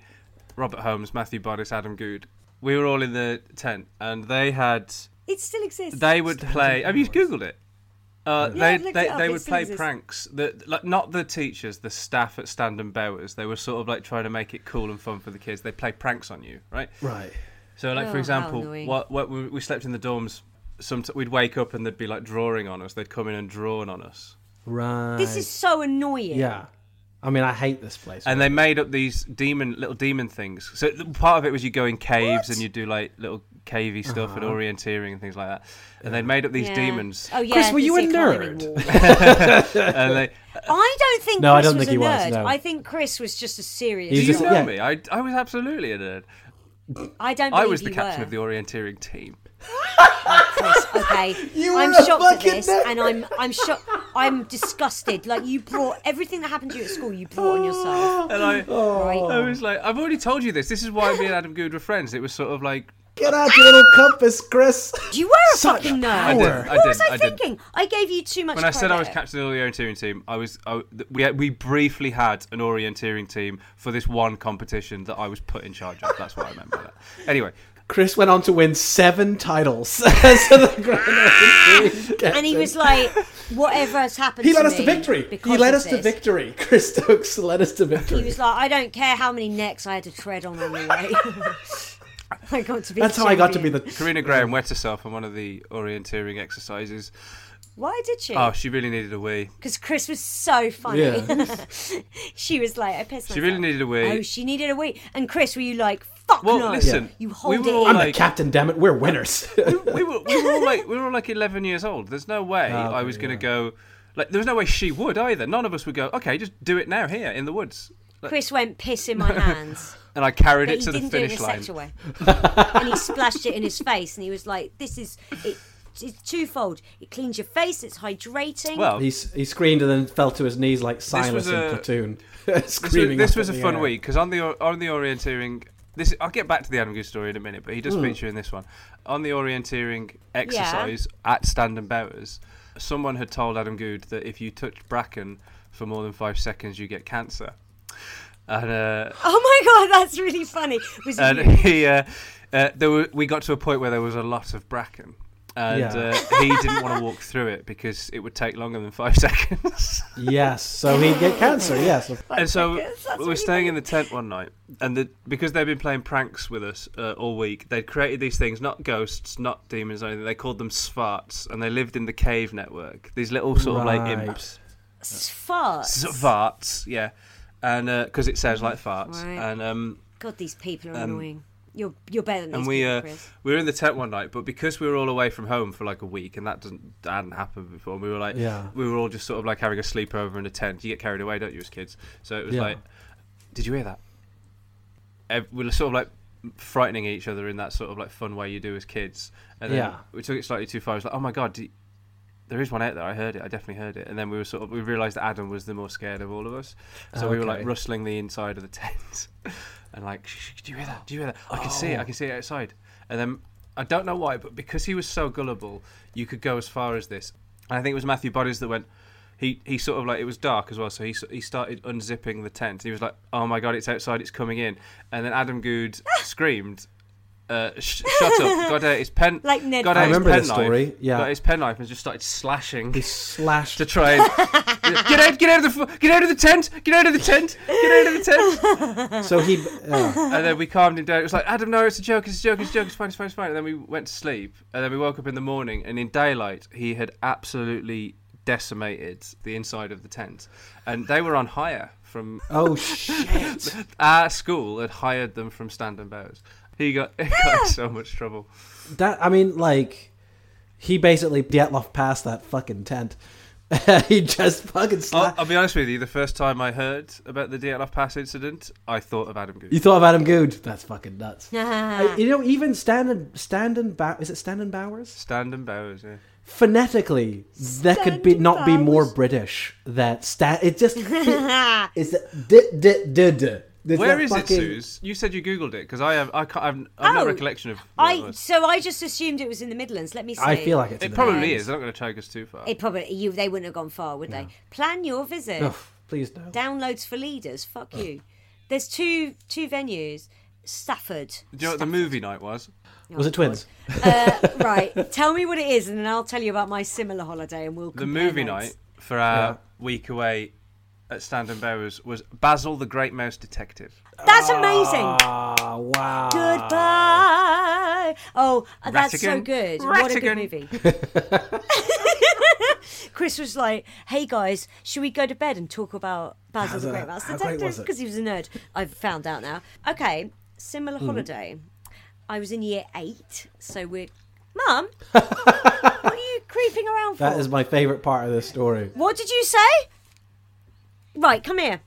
Speaker 3: Robert Holmes, Matthew Bodice, Adam Good. We were all in the tent, and they had
Speaker 1: It still exists.
Speaker 3: they would play. Have you googled it? Uh,
Speaker 1: Yeah, I've
Speaker 3: they
Speaker 1: looked
Speaker 3: they,
Speaker 1: it up.
Speaker 3: they
Speaker 1: It
Speaker 3: would
Speaker 1: still
Speaker 3: play
Speaker 1: exists.
Speaker 3: pranks. The, like not the teachers, the staff at Stand and Bowers. They were sort of like trying to make it cool and fun for the kids. They play pranks on you, right?
Speaker 2: Right.
Speaker 3: So, like
Speaker 1: Oh,
Speaker 3: for
Speaker 1: how
Speaker 3: example,
Speaker 1: annoying.
Speaker 3: what, what we, we slept in the dorms. Some we'd wake up and there'd be like drawing on us. They'd come in and drawing on us.
Speaker 2: Right.
Speaker 1: This is so annoying.
Speaker 2: yeah. I mean, I hate this place.
Speaker 3: and they made up these demon little demon things. So th- part of it was you go in caves and you do like little cavey stuff and orienteering and things like that. And they made up these
Speaker 1: Uh-huh. Yeah.
Speaker 3: demons.
Speaker 1: Oh yeah.
Speaker 2: Chris, were
Speaker 1: this
Speaker 2: you a
Speaker 1: is climbing
Speaker 2: nerd?
Speaker 1: wall.
Speaker 3: <laughs>
Speaker 1: <laughs>
Speaker 3: And they,
Speaker 1: I don't think.
Speaker 2: No, I
Speaker 1: Chris
Speaker 2: don't
Speaker 1: was
Speaker 2: think he
Speaker 1: a
Speaker 2: was,
Speaker 1: nerd.
Speaker 2: no.
Speaker 1: I think Chris was just a serious.
Speaker 2: He's
Speaker 3: you
Speaker 2: just-
Speaker 3: know
Speaker 2: yeah.
Speaker 3: me. I, I was absolutely a nerd.
Speaker 1: I don't.
Speaker 3: I
Speaker 1: believe
Speaker 3: was the
Speaker 1: you
Speaker 3: captain
Speaker 1: were.
Speaker 3: of the orienteering team.
Speaker 1: Chris, okay.
Speaker 2: <laughs> You
Speaker 1: I'm
Speaker 2: were a
Speaker 1: shocked at
Speaker 2: fucking
Speaker 1: this,
Speaker 2: nerd.
Speaker 1: and I'm I'm shocked. I'm disgusted. Like you brought everything that happened to you at school. You brought on yourself.
Speaker 3: <laughs> And I, I
Speaker 2: Oh.
Speaker 1: Right.
Speaker 3: was like, I've already told you this. This is why
Speaker 1: <gasps>
Speaker 3: me and Adam Good were friends. It was sort of like
Speaker 2: Get out your little compass, Chris.
Speaker 1: You were a
Speaker 2: Such
Speaker 1: fucking
Speaker 2: a
Speaker 1: nerd.
Speaker 3: I did. I
Speaker 1: What
Speaker 3: did.
Speaker 1: was I,
Speaker 3: I did.
Speaker 1: thinking? I gave you too much.
Speaker 3: When I said I was
Speaker 1: credit.
Speaker 3: captain of the orienteering team, I was I, th- we had, we briefly had an orienteering team for this one competition that I was put in charge of. That's why I remember
Speaker 1: <laughs>
Speaker 3: that. Anyway,
Speaker 2: Chris went on to win seven titles <laughs> as the Grand Opening captain.
Speaker 1: and he was like,
Speaker 2: <laughs>
Speaker 1: "Whatever has happened."
Speaker 2: He
Speaker 1: to
Speaker 2: led us to
Speaker 1: me
Speaker 2: victory. He
Speaker 1: because
Speaker 2: led
Speaker 1: of
Speaker 2: us to
Speaker 1: this."
Speaker 2: victory. <laughs> Chris Stokes led us to victory.
Speaker 1: He was like, "I don't care how many necks I had to tread on on the way." <laughs> I got to be.
Speaker 2: That's
Speaker 1: the
Speaker 2: how I got to be
Speaker 1: champion.
Speaker 2: the.
Speaker 3: Karina Graham wet herself on one of the orienteering exercises.
Speaker 1: Why did she?
Speaker 3: Oh, she really needed a wee.
Speaker 1: Because Chris was so funny.
Speaker 2: Yeah.
Speaker 1: <laughs> she was like, "I pissed myself."
Speaker 3: She really needed a wee.
Speaker 1: Oh, she needed a wee. And Chris, were you like, "Fuck
Speaker 3: Well,
Speaker 1: no"?
Speaker 3: listen,
Speaker 1: you
Speaker 3: we
Speaker 1: hold
Speaker 3: were
Speaker 1: it.
Speaker 3: all
Speaker 1: in.
Speaker 2: <laughs> I'm the
Speaker 3: like-
Speaker 2: captain, damn it. We're winners. <laughs>
Speaker 3: Oh, we were we were all like we were all like eleven years old. There's no way I was going to go Like there was no way she would either. None of us would go. Okay, just do it now here in the woods. Like,
Speaker 1: Chris went piss
Speaker 3: <laughs>
Speaker 1: in my hands.
Speaker 3: and I carried
Speaker 1: But
Speaker 3: it
Speaker 1: he
Speaker 3: to the
Speaker 1: didn't do it in
Speaker 3: finish
Speaker 1: a
Speaker 3: line.
Speaker 1: sexual way.
Speaker 3: <laughs>
Speaker 1: and he splashed it in his face, and he was like, "This is it, it's twofold. It cleans your face. It's hydrating.
Speaker 3: Well,
Speaker 2: He, s- he screamed and then fell to his knees like
Speaker 3: was
Speaker 2: Silas in
Speaker 3: a-
Speaker 2: Platoon, <laughs>
Speaker 3: this was,
Speaker 2: screaming.
Speaker 3: this
Speaker 2: up
Speaker 3: was a
Speaker 2: at the
Speaker 3: fun
Speaker 2: air.
Speaker 3: week because on the on the orienteering. This I'll get back to the Adam Goose story in a minute, but he
Speaker 2: Mm.
Speaker 3: does feature in this one on the orienteering exercise at Stand and Bowers. Someone had told Adam Good that if you touch bracken for more than five seconds, you get cancer.
Speaker 1: <laughs>
Speaker 3: And uh,
Speaker 1: oh my god, that's really funny. Was it
Speaker 3: and
Speaker 1: you?
Speaker 3: he uh, uh, there were, we got to a point where there was a lot of bracken and
Speaker 2: Yeah.
Speaker 3: uh, he didn't want to walk through it because it would take longer than five <laughs> seconds
Speaker 2: Yes, so he'd get cancer. Yes,
Speaker 3: and so
Speaker 1: that's
Speaker 3: we were
Speaker 1: really
Speaker 3: staying in the tent one night and the, because they'd been playing pranks with us uh, all week they'd created these things not ghosts not demons or anything they called them svarts and they lived in the cave network these little sort of like
Speaker 2: Right.
Speaker 3: imps
Speaker 1: Fart.
Speaker 3: svarts yeah and because it sounds like farts
Speaker 1: Right.
Speaker 3: and um,
Speaker 1: God, these people are annoying. You're you're better than
Speaker 3: and
Speaker 1: these
Speaker 3: we
Speaker 1: people,
Speaker 3: uh,
Speaker 1: Chris.
Speaker 3: we were in the tent one night, but because we were all away from home for like a week, and that doesn't that hadn't happened before, and we were like,
Speaker 2: Yeah.
Speaker 3: we were all just sort of like having a sleepover in a tent. You get carried away, don't you, as kids? So it was
Speaker 2: Yeah.
Speaker 3: like, did you hear that? Ev- We were sort of like frightening each other in that sort of like fun way you do as kids, and then
Speaker 2: Yeah.
Speaker 3: we took it slightly too far. It was like, oh my god. Do there is one out there. I heard it. I definitely heard it. And then we were sort of we realised that Adam was the more scared of all of us, so we were like
Speaker 2: Okay.
Speaker 3: rustling the inside of the <laughs> tent, and like, shh, shh, do you hear that? Do you hear that? I can see
Speaker 1: Oh.
Speaker 3: it. I can see it outside. And then I don't know why, but because he was so gullible, you could go as far as this. And I think it was Matthew Bodies that went. He, he sort of like it was dark as well, so he s- he started unzipping the tent. He was like, "Oh my god, it's outside! It's coming in!" And then Adam Good screamed, uh, sh-
Speaker 1: <laughs>
Speaker 3: "Shut up! Got out his pen!
Speaker 1: Like Ned
Speaker 3: got
Speaker 1: Flanders. I
Speaker 3: out his
Speaker 2: remember this
Speaker 3: penknife,
Speaker 2: story, yeah.
Speaker 3: got his penknife and just started slashing
Speaker 2: he slashed.
Speaker 3: to try and <laughs> get out, get out of the f- get out of the tent, get out of the tent, get out of the tent.
Speaker 2: So he. Uh,
Speaker 3: And then we calmed him down. It was like Adam, no, it's a joke, it's a joke, it's a joke, it's fine, it's fine, it's fine. And then we went to sleep, and then we woke up in the morning, and in daylight he had absolutely decimated the inside of the tent, and they were on hire from <laughs>
Speaker 2: oh shit!
Speaker 3: our school had hired them from Stand and Bowers. He got, <laughs> he got in so much trouble.
Speaker 2: That I mean, like, he basically Dietloff past that fucking tent. <laughs> he just fucking
Speaker 3: I'll,
Speaker 2: slashed.
Speaker 3: I'll be honest with you. The first time I heard about the DLF Pass incident, I thought of Adam Goose.
Speaker 2: You thought of Adam Good? That's fucking nuts. Uh, you know, even Standen Standen Bow- is it Standen Bowers?
Speaker 3: Stand and Bowers, yeah.
Speaker 2: Phonetically, that could be
Speaker 1: Standen
Speaker 2: not be more
Speaker 1: Bowers.
Speaker 2: British. That stan. It just it's d d d d. It's
Speaker 3: Where
Speaker 2: that
Speaker 3: is
Speaker 2: fucking-
Speaker 3: it, Suze? You said you googled it because I have I can't I've, I've no
Speaker 1: Oh,
Speaker 3: recollection of. What it,
Speaker 1: I
Speaker 3: was.
Speaker 1: so I just assumed it was in the Midlands. Let me see.
Speaker 2: I feel like it's in the-
Speaker 3: it probably is. I'm not going to take us too far.
Speaker 1: it probably you. They wouldn't have gone far, would they? Plan your visit.
Speaker 2: Ugh, please no.
Speaker 1: Downloads for leaders. Fuck you. There's two two venues. Stafford. <laughs>
Speaker 3: Do you know what the movie night was?
Speaker 2: Was it twins?
Speaker 1: right. Tell me what it is, and then I'll tell you about my similar holiday, and we'll.
Speaker 3: The movie night for our
Speaker 2: Yeah.
Speaker 3: week away at Stand and Bowers was Basil the Great Mouse Detective.
Speaker 1: That's amazing.
Speaker 2: Ah, wow.
Speaker 1: Goodbye. Oh, that's so
Speaker 3: Ratigan.
Speaker 1: good. What a good
Speaker 3: Ratigan.
Speaker 1: movie. <laughs> Chris was like, "Hey guys, should we go to bed and talk about Basil the
Speaker 2: Basil,
Speaker 1: Great Mouse
Speaker 2: how great was
Speaker 1: Detective?"
Speaker 2: it?
Speaker 1: Because he was a nerd. I've found out now. Okay, similar
Speaker 2: Mm-hmm.
Speaker 1: holiday. I was in year eight, so we're.
Speaker 2: <laughs>
Speaker 1: Mum, what are you creeping around for?
Speaker 2: That is my favorite part of this story.
Speaker 1: What did you say? Right, come here.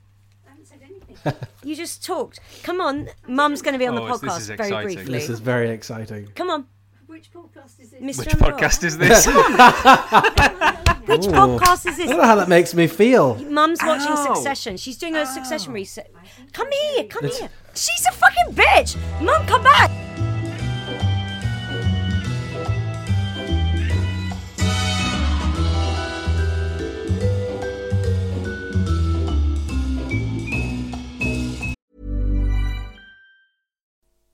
Speaker 1: You just talked. Come on, Mum's going to be on the
Speaker 3: Oh, this
Speaker 1: podcast
Speaker 3: is
Speaker 1: very
Speaker 3: exciting.
Speaker 1: briefly.
Speaker 2: This is very exciting.
Speaker 1: Come on,
Speaker 4: Which podcast is this?
Speaker 1: Mr.
Speaker 3: Which
Speaker 1: and Rob.
Speaker 3: podcast <laughs> is this?
Speaker 1: Which podcast is
Speaker 2: I don't know
Speaker 1: this?
Speaker 2: how that makes me feel.
Speaker 1: Mum's watching
Speaker 3: Ow.
Speaker 1: Succession. She's doing her Succession research. Come here, come here. She's a fucking bitch. Mum, come back.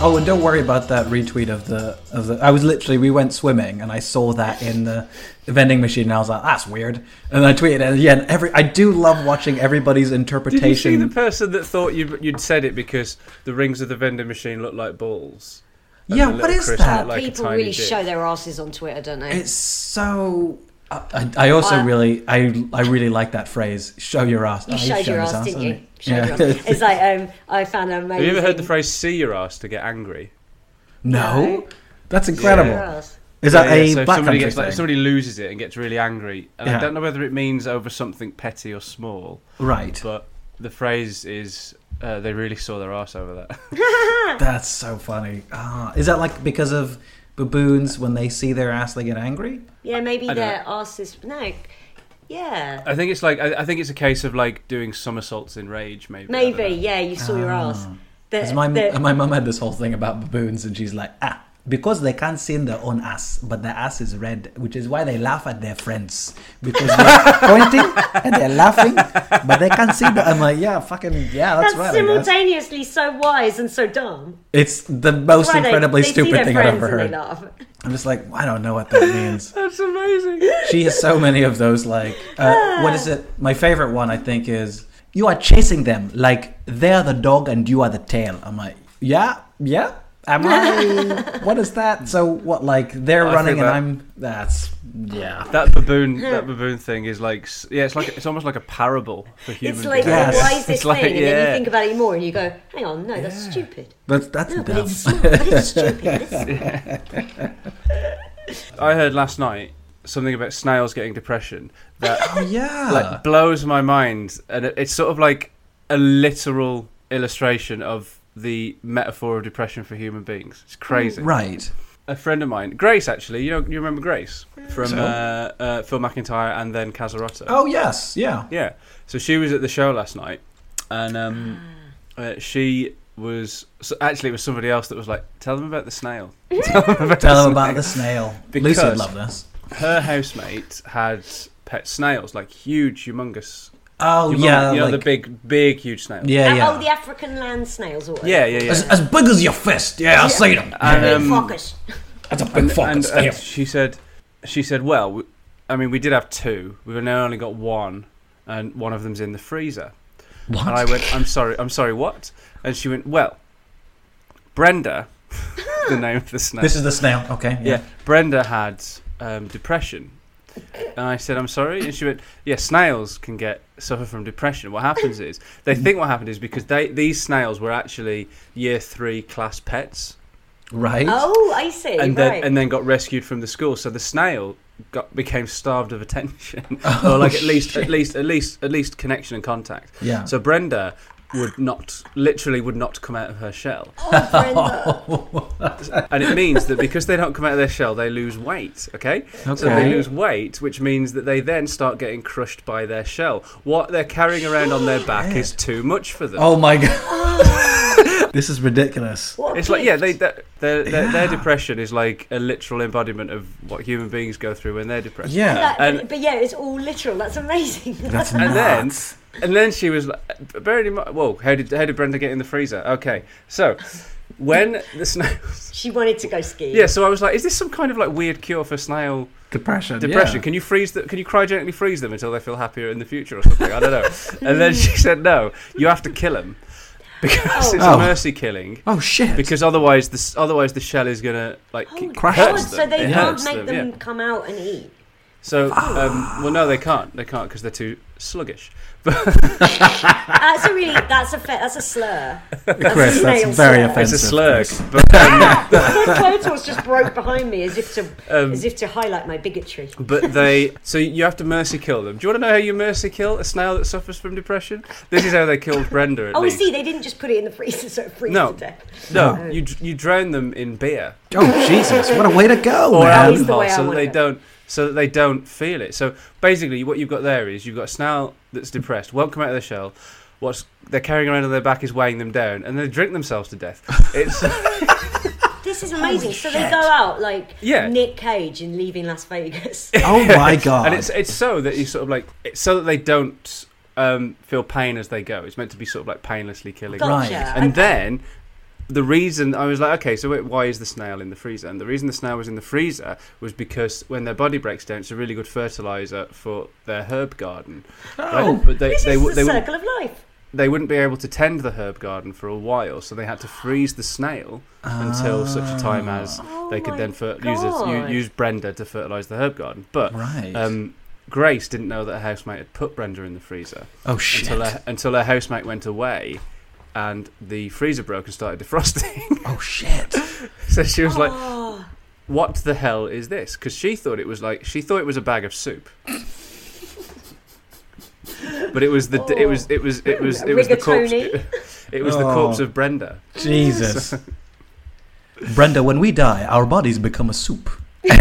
Speaker 2: Oh, and don't worry about that retweet of the of the. I was literally we went swimming and I saw that in the vending machine and I was like, that's weird. And I tweeted and yeah, and every I do love watching everybody's
Speaker 3: Did you see
Speaker 2: interpretation.
Speaker 3: the person that thought you'd, you'd said it because the rings of the vending machine look like balls? And
Speaker 2: yeah,
Speaker 3: the
Speaker 2: what
Speaker 3: little
Speaker 2: is
Speaker 3: Chris
Speaker 2: that?
Speaker 3: looked like a
Speaker 1: People
Speaker 3: tiny
Speaker 1: really
Speaker 3: dick.
Speaker 1: show their asses on Twitter, don't they?
Speaker 2: it's so. I, I I also really I I really like that phrase. Show your ass.
Speaker 1: you
Speaker 2: Oh,
Speaker 1: showed
Speaker 2: shown
Speaker 1: your
Speaker 2: his
Speaker 1: ass, didn't you?
Speaker 2: hasn't he?
Speaker 1: Showed your ass. It's like um, I found an
Speaker 3: Have
Speaker 1: amazing.
Speaker 3: you ever heard the phrase "see your ass" to get angry?
Speaker 2: <laughs> No, that's incredible.
Speaker 1: Your ass.
Speaker 2: Is that
Speaker 3: Yeah,
Speaker 2: a
Speaker 3: yeah, so if
Speaker 2: black
Speaker 3: somebody
Speaker 2: country
Speaker 3: gets like,
Speaker 2: thing?
Speaker 3: if somebody loses it and gets really angry, and
Speaker 2: Yeah.
Speaker 3: I don't know whether it means over something petty or small,
Speaker 2: right.
Speaker 3: but the phrase is uh, they really saw their ass over that.
Speaker 2: That's so funny. Ah, is that like because of baboons when they see their ass they get angry?
Speaker 1: Yeah, maybe
Speaker 3: I don't
Speaker 1: their asses. No, yeah,
Speaker 3: <laughs> I think it's like I, I think it's a case of like doing somersaults in rage, maybe. I don't
Speaker 1: maybe.
Speaker 3: know.
Speaker 1: Yeah, you saw your ass. The-
Speaker 2: 'Cause Ah. my
Speaker 1: the-
Speaker 2: my mum had this whole thing about baboons, and she's like, ah, because they can't see in their own ass, but their ass is red, which is why they laugh at their friends because they're
Speaker 1: <laughs>
Speaker 2: pointing and they're laughing, but they can't see. The, I'm like, yeah, fucking yeah, that's,
Speaker 1: that's
Speaker 2: right. I guess."
Speaker 1: simultaneously so wise and so dumb.
Speaker 2: It's the most
Speaker 1: Right, they-
Speaker 2: incredibly
Speaker 1: they see
Speaker 2: stupid
Speaker 1: their
Speaker 2: thing I've
Speaker 1: friends
Speaker 2: ever
Speaker 1: and they
Speaker 2: heard.
Speaker 1: laugh.
Speaker 2: I'm just like, I don't know what that means.
Speaker 3: That's amazing.
Speaker 2: she has so many of those like
Speaker 1: <sighs>
Speaker 2: uh, what is it my favorite one i think is you are chasing them like they're the dog and you are the tail i'm like yeah yeah am
Speaker 1: <laughs>
Speaker 2: i what is that so what like they're
Speaker 3: Oh, I
Speaker 2: running
Speaker 3: think
Speaker 2: and
Speaker 3: that-
Speaker 2: i'm that's yeah
Speaker 3: That baboon, that baboon thing is like, s- yeah, it's like it's almost like a parable for human.
Speaker 1: It's like
Speaker 3: beings.
Speaker 2: Yes.
Speaker 1: the wisest
Speaker 3: <laughs> It's like,
Speaker 1: thing, and then
Speaker 3: yeah.
Speaker 1: you think about it more, and you go, "Hang on, no, that's stupid."
Speaker 2: but that's
Speaker 1: No, but
Speaker 2: dumb. <laughs>
Speaker 1: it's, smart, but it's stupid. It's-
Speaker 3: I heard last night something about snails getting depression
Speaker 1: <laughs> Oh,
Speaker 3: that
Speaker 2: Oh, yeah
Speaker 3: like blows my mind, and it, it's sort of like a literal illustration of the metaphor of depression for human beings. It's crazy.
Speaker 2: right
Speaker 3: a friend of mine, Grace, actually. You know, you remember Grace from uh, uh, Phil McIntyre and then Casarotto.
Speaker 2: oh yes yeah
Speaker 3: <laughs> yeah. So she was at the show last night, and um, uh, she was so actually it was somebody else that was like, "Tell them about the snail." Tell them about
Speaker 2: tell them
Speaker 3: the
Speaker 2: about
Speaker 3: snail."
Speaker 2: the snail
Speaker 3: Because-
Speaker 2: lucy would love this <laughs>
Speaker 3: Her housemate had pet snails, like huge, humongous.
Speaker 2: oh
Speaker 3: humongous-
Speaker 2: yeah
Speaker 3: you know the
Speaker 2: like-
Speaker 3: big, big, huge snails.
Speaker 2: yeah yeah
Speaker 1: Oh, the African land snails, or whatever.
Speaker 3: yeah, yeah, yeah.
Speaker 2: as, as big as your fist yeah, i see them
Speaker 3: And,
Speaker 1: Big
Speaker 3: um,
Speaker 1: focus.
Speaker 2: that's a big fucking
Speaker 3: and,
Speaker 2: snail
Speaker 3: and she said, she said, well, we, I mean, we did have two. We've now only got one, and one of them's in the freezer.
Speaker 2: What?
Speaker 3: And I went, I'm sorry, I'm sorry, what? And she went, well, Brenda, <laughs> the name of the snail.
Speaker 2: this is the snail okay
Speaker 3: yeah, Brenda had um, depression. And I said, I'm sorry. And she went, Yeah, snails can get suffer from depression. What happens is they think what happened is because they these snails were actually year three class pets
Speaker 2: right
Speaker 1: Oh, I see.
Speaker 3: and then
Speaker 1: right.
Speaker 3: and then got rescued from the school. So the snail got became starved
Speaker 2: <laughs>
Speaker 3: of attention, or
Speaker 2: Oh,
Speaker 3: like at least at least at least at least connection and contact.
Speaker 2: Yeah.
Speaker 3: So Brenda would not literally would not come out of her shell,
Speaker 1: oh,
Speaker 2: <laughs>
Speaker 1: Brenda.
Speaker 2: Oh.
Speaker 3: and it means that because they don't come out of their shell, they lose weight. Okay. So
Speaker 2: Okay.
Speaker 3: they lose weight, which means that they then start getting crushed by their shell. What they're carrying around on their back is too much for them.
Speaker 2: Oh my god. <laughs> this is ridiculous.
Speaker 1: What a
Speaker 3: It's like yeah, they,
Speaker 1: gift.
Speaker 3: their, their, their, their depression is like a literal embodiment of what human beings go through when they're depressed.
Speaker 2: Yeah.
Speaker 1: That-
Speaker 3: and-
Speaker 1: but yeah, it's all literal. That's amazing.
Speaker 2: That's
Speaker 3: and then
Speaker 2: nuts.
Speaker 3: and then she was like, bearing in mind, whoa, how did how did Brenda get in the freezer? Okay, so when
Speaker 2: <laughs>
Speaker 3: the snails.
Speaker 1: <laughs> She wanted to go skiing.
Speaker 3: Yeah, so I was like, is this some kind of like weird cure for snail
Speaker 2: Depression.
Speaker 3: depression?
Speaker 2: yeah.
Speaker 3: Can you freeze the, Can you cryogenically freeze them until they feel happier in the future or something? I don't know. and
Speaker 2: <laughs>
Speaker 3: then she said, no, you have to kill them because it's
Speaker 2: Oh.
Speaker 3: a mercy killing.
Speaker 2: Oh shit!
Speaker 3: Because otherwise, the s- otherwise the shell is gonna like
Speaker 1: Oh,
Speaker 2: Crash
Speaker 1: God,
Speaker 2: them.
Speaker 1: so they
Speaker 3: It
Speaker 1: can't
Speaker 3: hurts
Speaker 1: make them,
Speaker 3: them, yeah.
Speaker 1: come out and eat.
Speaker 3: So, um, well, no, they can't. They can't because they're too sluggish.
Speaker 1: Uh, That's a really that's a fe- that's a
Speaker 3: <laughs>
Speaker 1: slur. That's
Speaker 2: Chris,
Speaker 1: a
Speaker 2: that's
Speaker 1: snail
Speaker 2: very
Speaker 1: slur.
Speaker 3: It's
Speaker 2: offensive.
Speaker 3: a slurg.
Speaker 2: Chris.
Speaker 3: But,
Speaker 1: My Clotals just broke behind me as if to
Speaker 3: Um,
Speaker 1: as if to highlight my bigotry.
Speaker 3: but they. So you have to mercy kill them. Do you want to know how you mercy kill a snail that suffers from depression? This is how they killed Brenda. At
Speaker 1: Oh, I
Speaker 3: least.
Speaker 1: see, they didn't just put it in the freezer so it freezes
Speaker 3: No.
Speaker 1: to death.
Speaker 3: No, you dr- you drown them in beer
Speaker 2: Oh Jesus! What a way to go,
Speaker 3: or
Speaker 2: man.
Speaker 1: is the
Speaker 3: alcohol,
Speaker 1: way I
Speaker 3: so that
Speaker 1: wanna
Speaker 3: they
Speaker 1: go.
Speaker 3: don't so that they don't feel it. So basically, what you've got there is you've got a snail that's depressed, won't come out of the shell. What's they're carrying around on their back is weighing them down, and they drink themselves to death. <laughs> It's
Speaker 1: This is amazing. so they go out like
Speaker 3: Yeah.
Speaker 1: Nick Cage in Leaving Las
Speaker 3: <laughs>
Speaker 1: Vegas.
Speaker 2: Oh my god!
Speaker 3: and it's it's so that you sort of like it's so that they don't um, feel pain as they go. It's meant to be sort of like painlessly killing.
Speaker 1: Gotcha.
Speaker 2: Right.
Speaker 3: And
Speaker 1: And
Speaker 3: then the reason I was like, okay, so wait, why is the snail in the freezer? And the reason the snail was in the freezer was because when their body breaks down, it's a really good fertilizer for their herb garden. Oh, but they
Speaker 1: this
Speaker 3: they,
Speaker 1: is
Speaker 3: wou-
Speaker 1: the
Speaker 3: they, wouldn't-
Speaker 1: circle of life.
Speaker 3: they wouldn't be able to tend the herb garden for a while, so they had to freeze the snail until
Speaker 2: Ah.
Speaker 3: such a time as they could
Speaker 1: Oh my
Speaker 3: then fer- use, it, u-
Speaker 1: God.
Speaker 3: use Brenda to fertilize the herb garden. But
Speaker 2: Right.
Speaker 3: um, Grace didn't know that her housemate had put Brenda in the freezer
Speaker 2: oh shit!
Speaker 3: until her, until her housemate went away and the freezer broke and started defrosting. <laughs>
Speaker 2: Oh shit!
Speaker 3: so she was like, "What the hell is this?" Because she thought it was like she thought it was a bag of soup. But it was the it was it was it was it was the corpse
Speaker 1: Rigatoni.
Speaker 3: it, was the corpse
Speaker 2: Oh.
Speaker 3: of Brenda. <laughs>
Speaker 2: Jesus. Brenda, when we die, our bodies become a soup.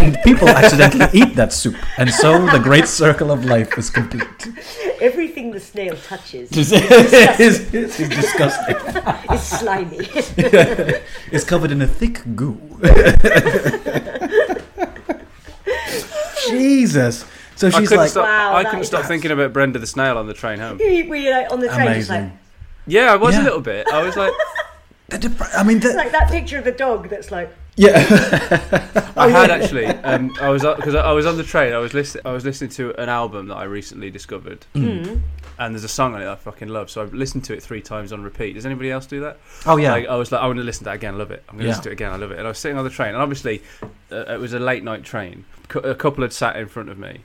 Speaker 2: And people accidentally eat that soup. And so the great circle of life is complete.
Speaker 3: <laughs>
Speaker 1: Everything the snail touches is
Speaker 2: <laughs> it's, it's disgusting.
Speaker 3: <laughs>
Speaker 1: slimy.
Speaker 2: It's covered in a thick goo.
Speaker 5: Jesus. So
Speaker 3: I
Speaker 5: she's
Speaker 3: couldn't
Speaker 5: like,
Speaker 3: stop
Speaker 1: Wow,
Speaker 3: I
Speaker 1: that
Speaker 3: couldn't
Speaker 1: is
Speaker 3: stop
Speaker 1: nuts. <laughs>
Speaker 3: thinking about Brenda the snail on the train home.
Speaker 1: We were you, like, on the train just like,
Speaker 2: Amazing.
Speaker 3: Yeah, I was
Speaker 2: Yeah.
Speaker 3: a little bit. I was like
Speaker 2: The depre- I mean, the,
Speaker 1: like that picture of the dog that's like
Speaker 2: Oh,
Speaker 3: I had actually. Um, I was because I I was on the train. I was listening. I was listening to an album that I recently discovered,
Speaker 2: Hmm.
Speaker 3: and there's a song on it I fucking love. So I've listened to it three times on repeat. Does anybody else do that?
Speaker 2: <laughs> oh yeah,
Speaker 3: Like, uh, I was like, I want to listen to that again. I love it. I'm going to
Speaker 2: Yeah.
Speaker 3: listen to it again. I love it. And I was sitting on the train, and obviously, uh, it was a late night train. Cou- A couple had sat in front of me,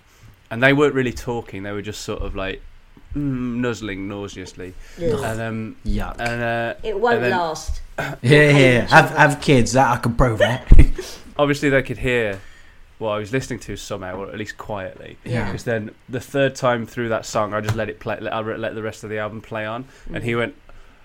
Speaker 3: and they weren't really talking. They were just sort of like mm, nuzzling nauseously, and um,
Speaker 2: yuck.
Speaker 3: and uh,
Speaker 1: it won't
Speaker 3: and then-
Speaker 1: last.
Speaker 2: yeah, yeah, yeah. Have have kids that I can prove that.
Speaker 3: <laughs>
Speaker 2: Um,
Speaker 3: obviously they could hear what I was listening to somehow, or at least quietly.
Speaker 2: Yeah.
Speaker 3: Because then the third time through that song, I just let it play. Let, I re- let the rest of the album play on, and
Speaker 2: Mm.
Speaker 3: he went,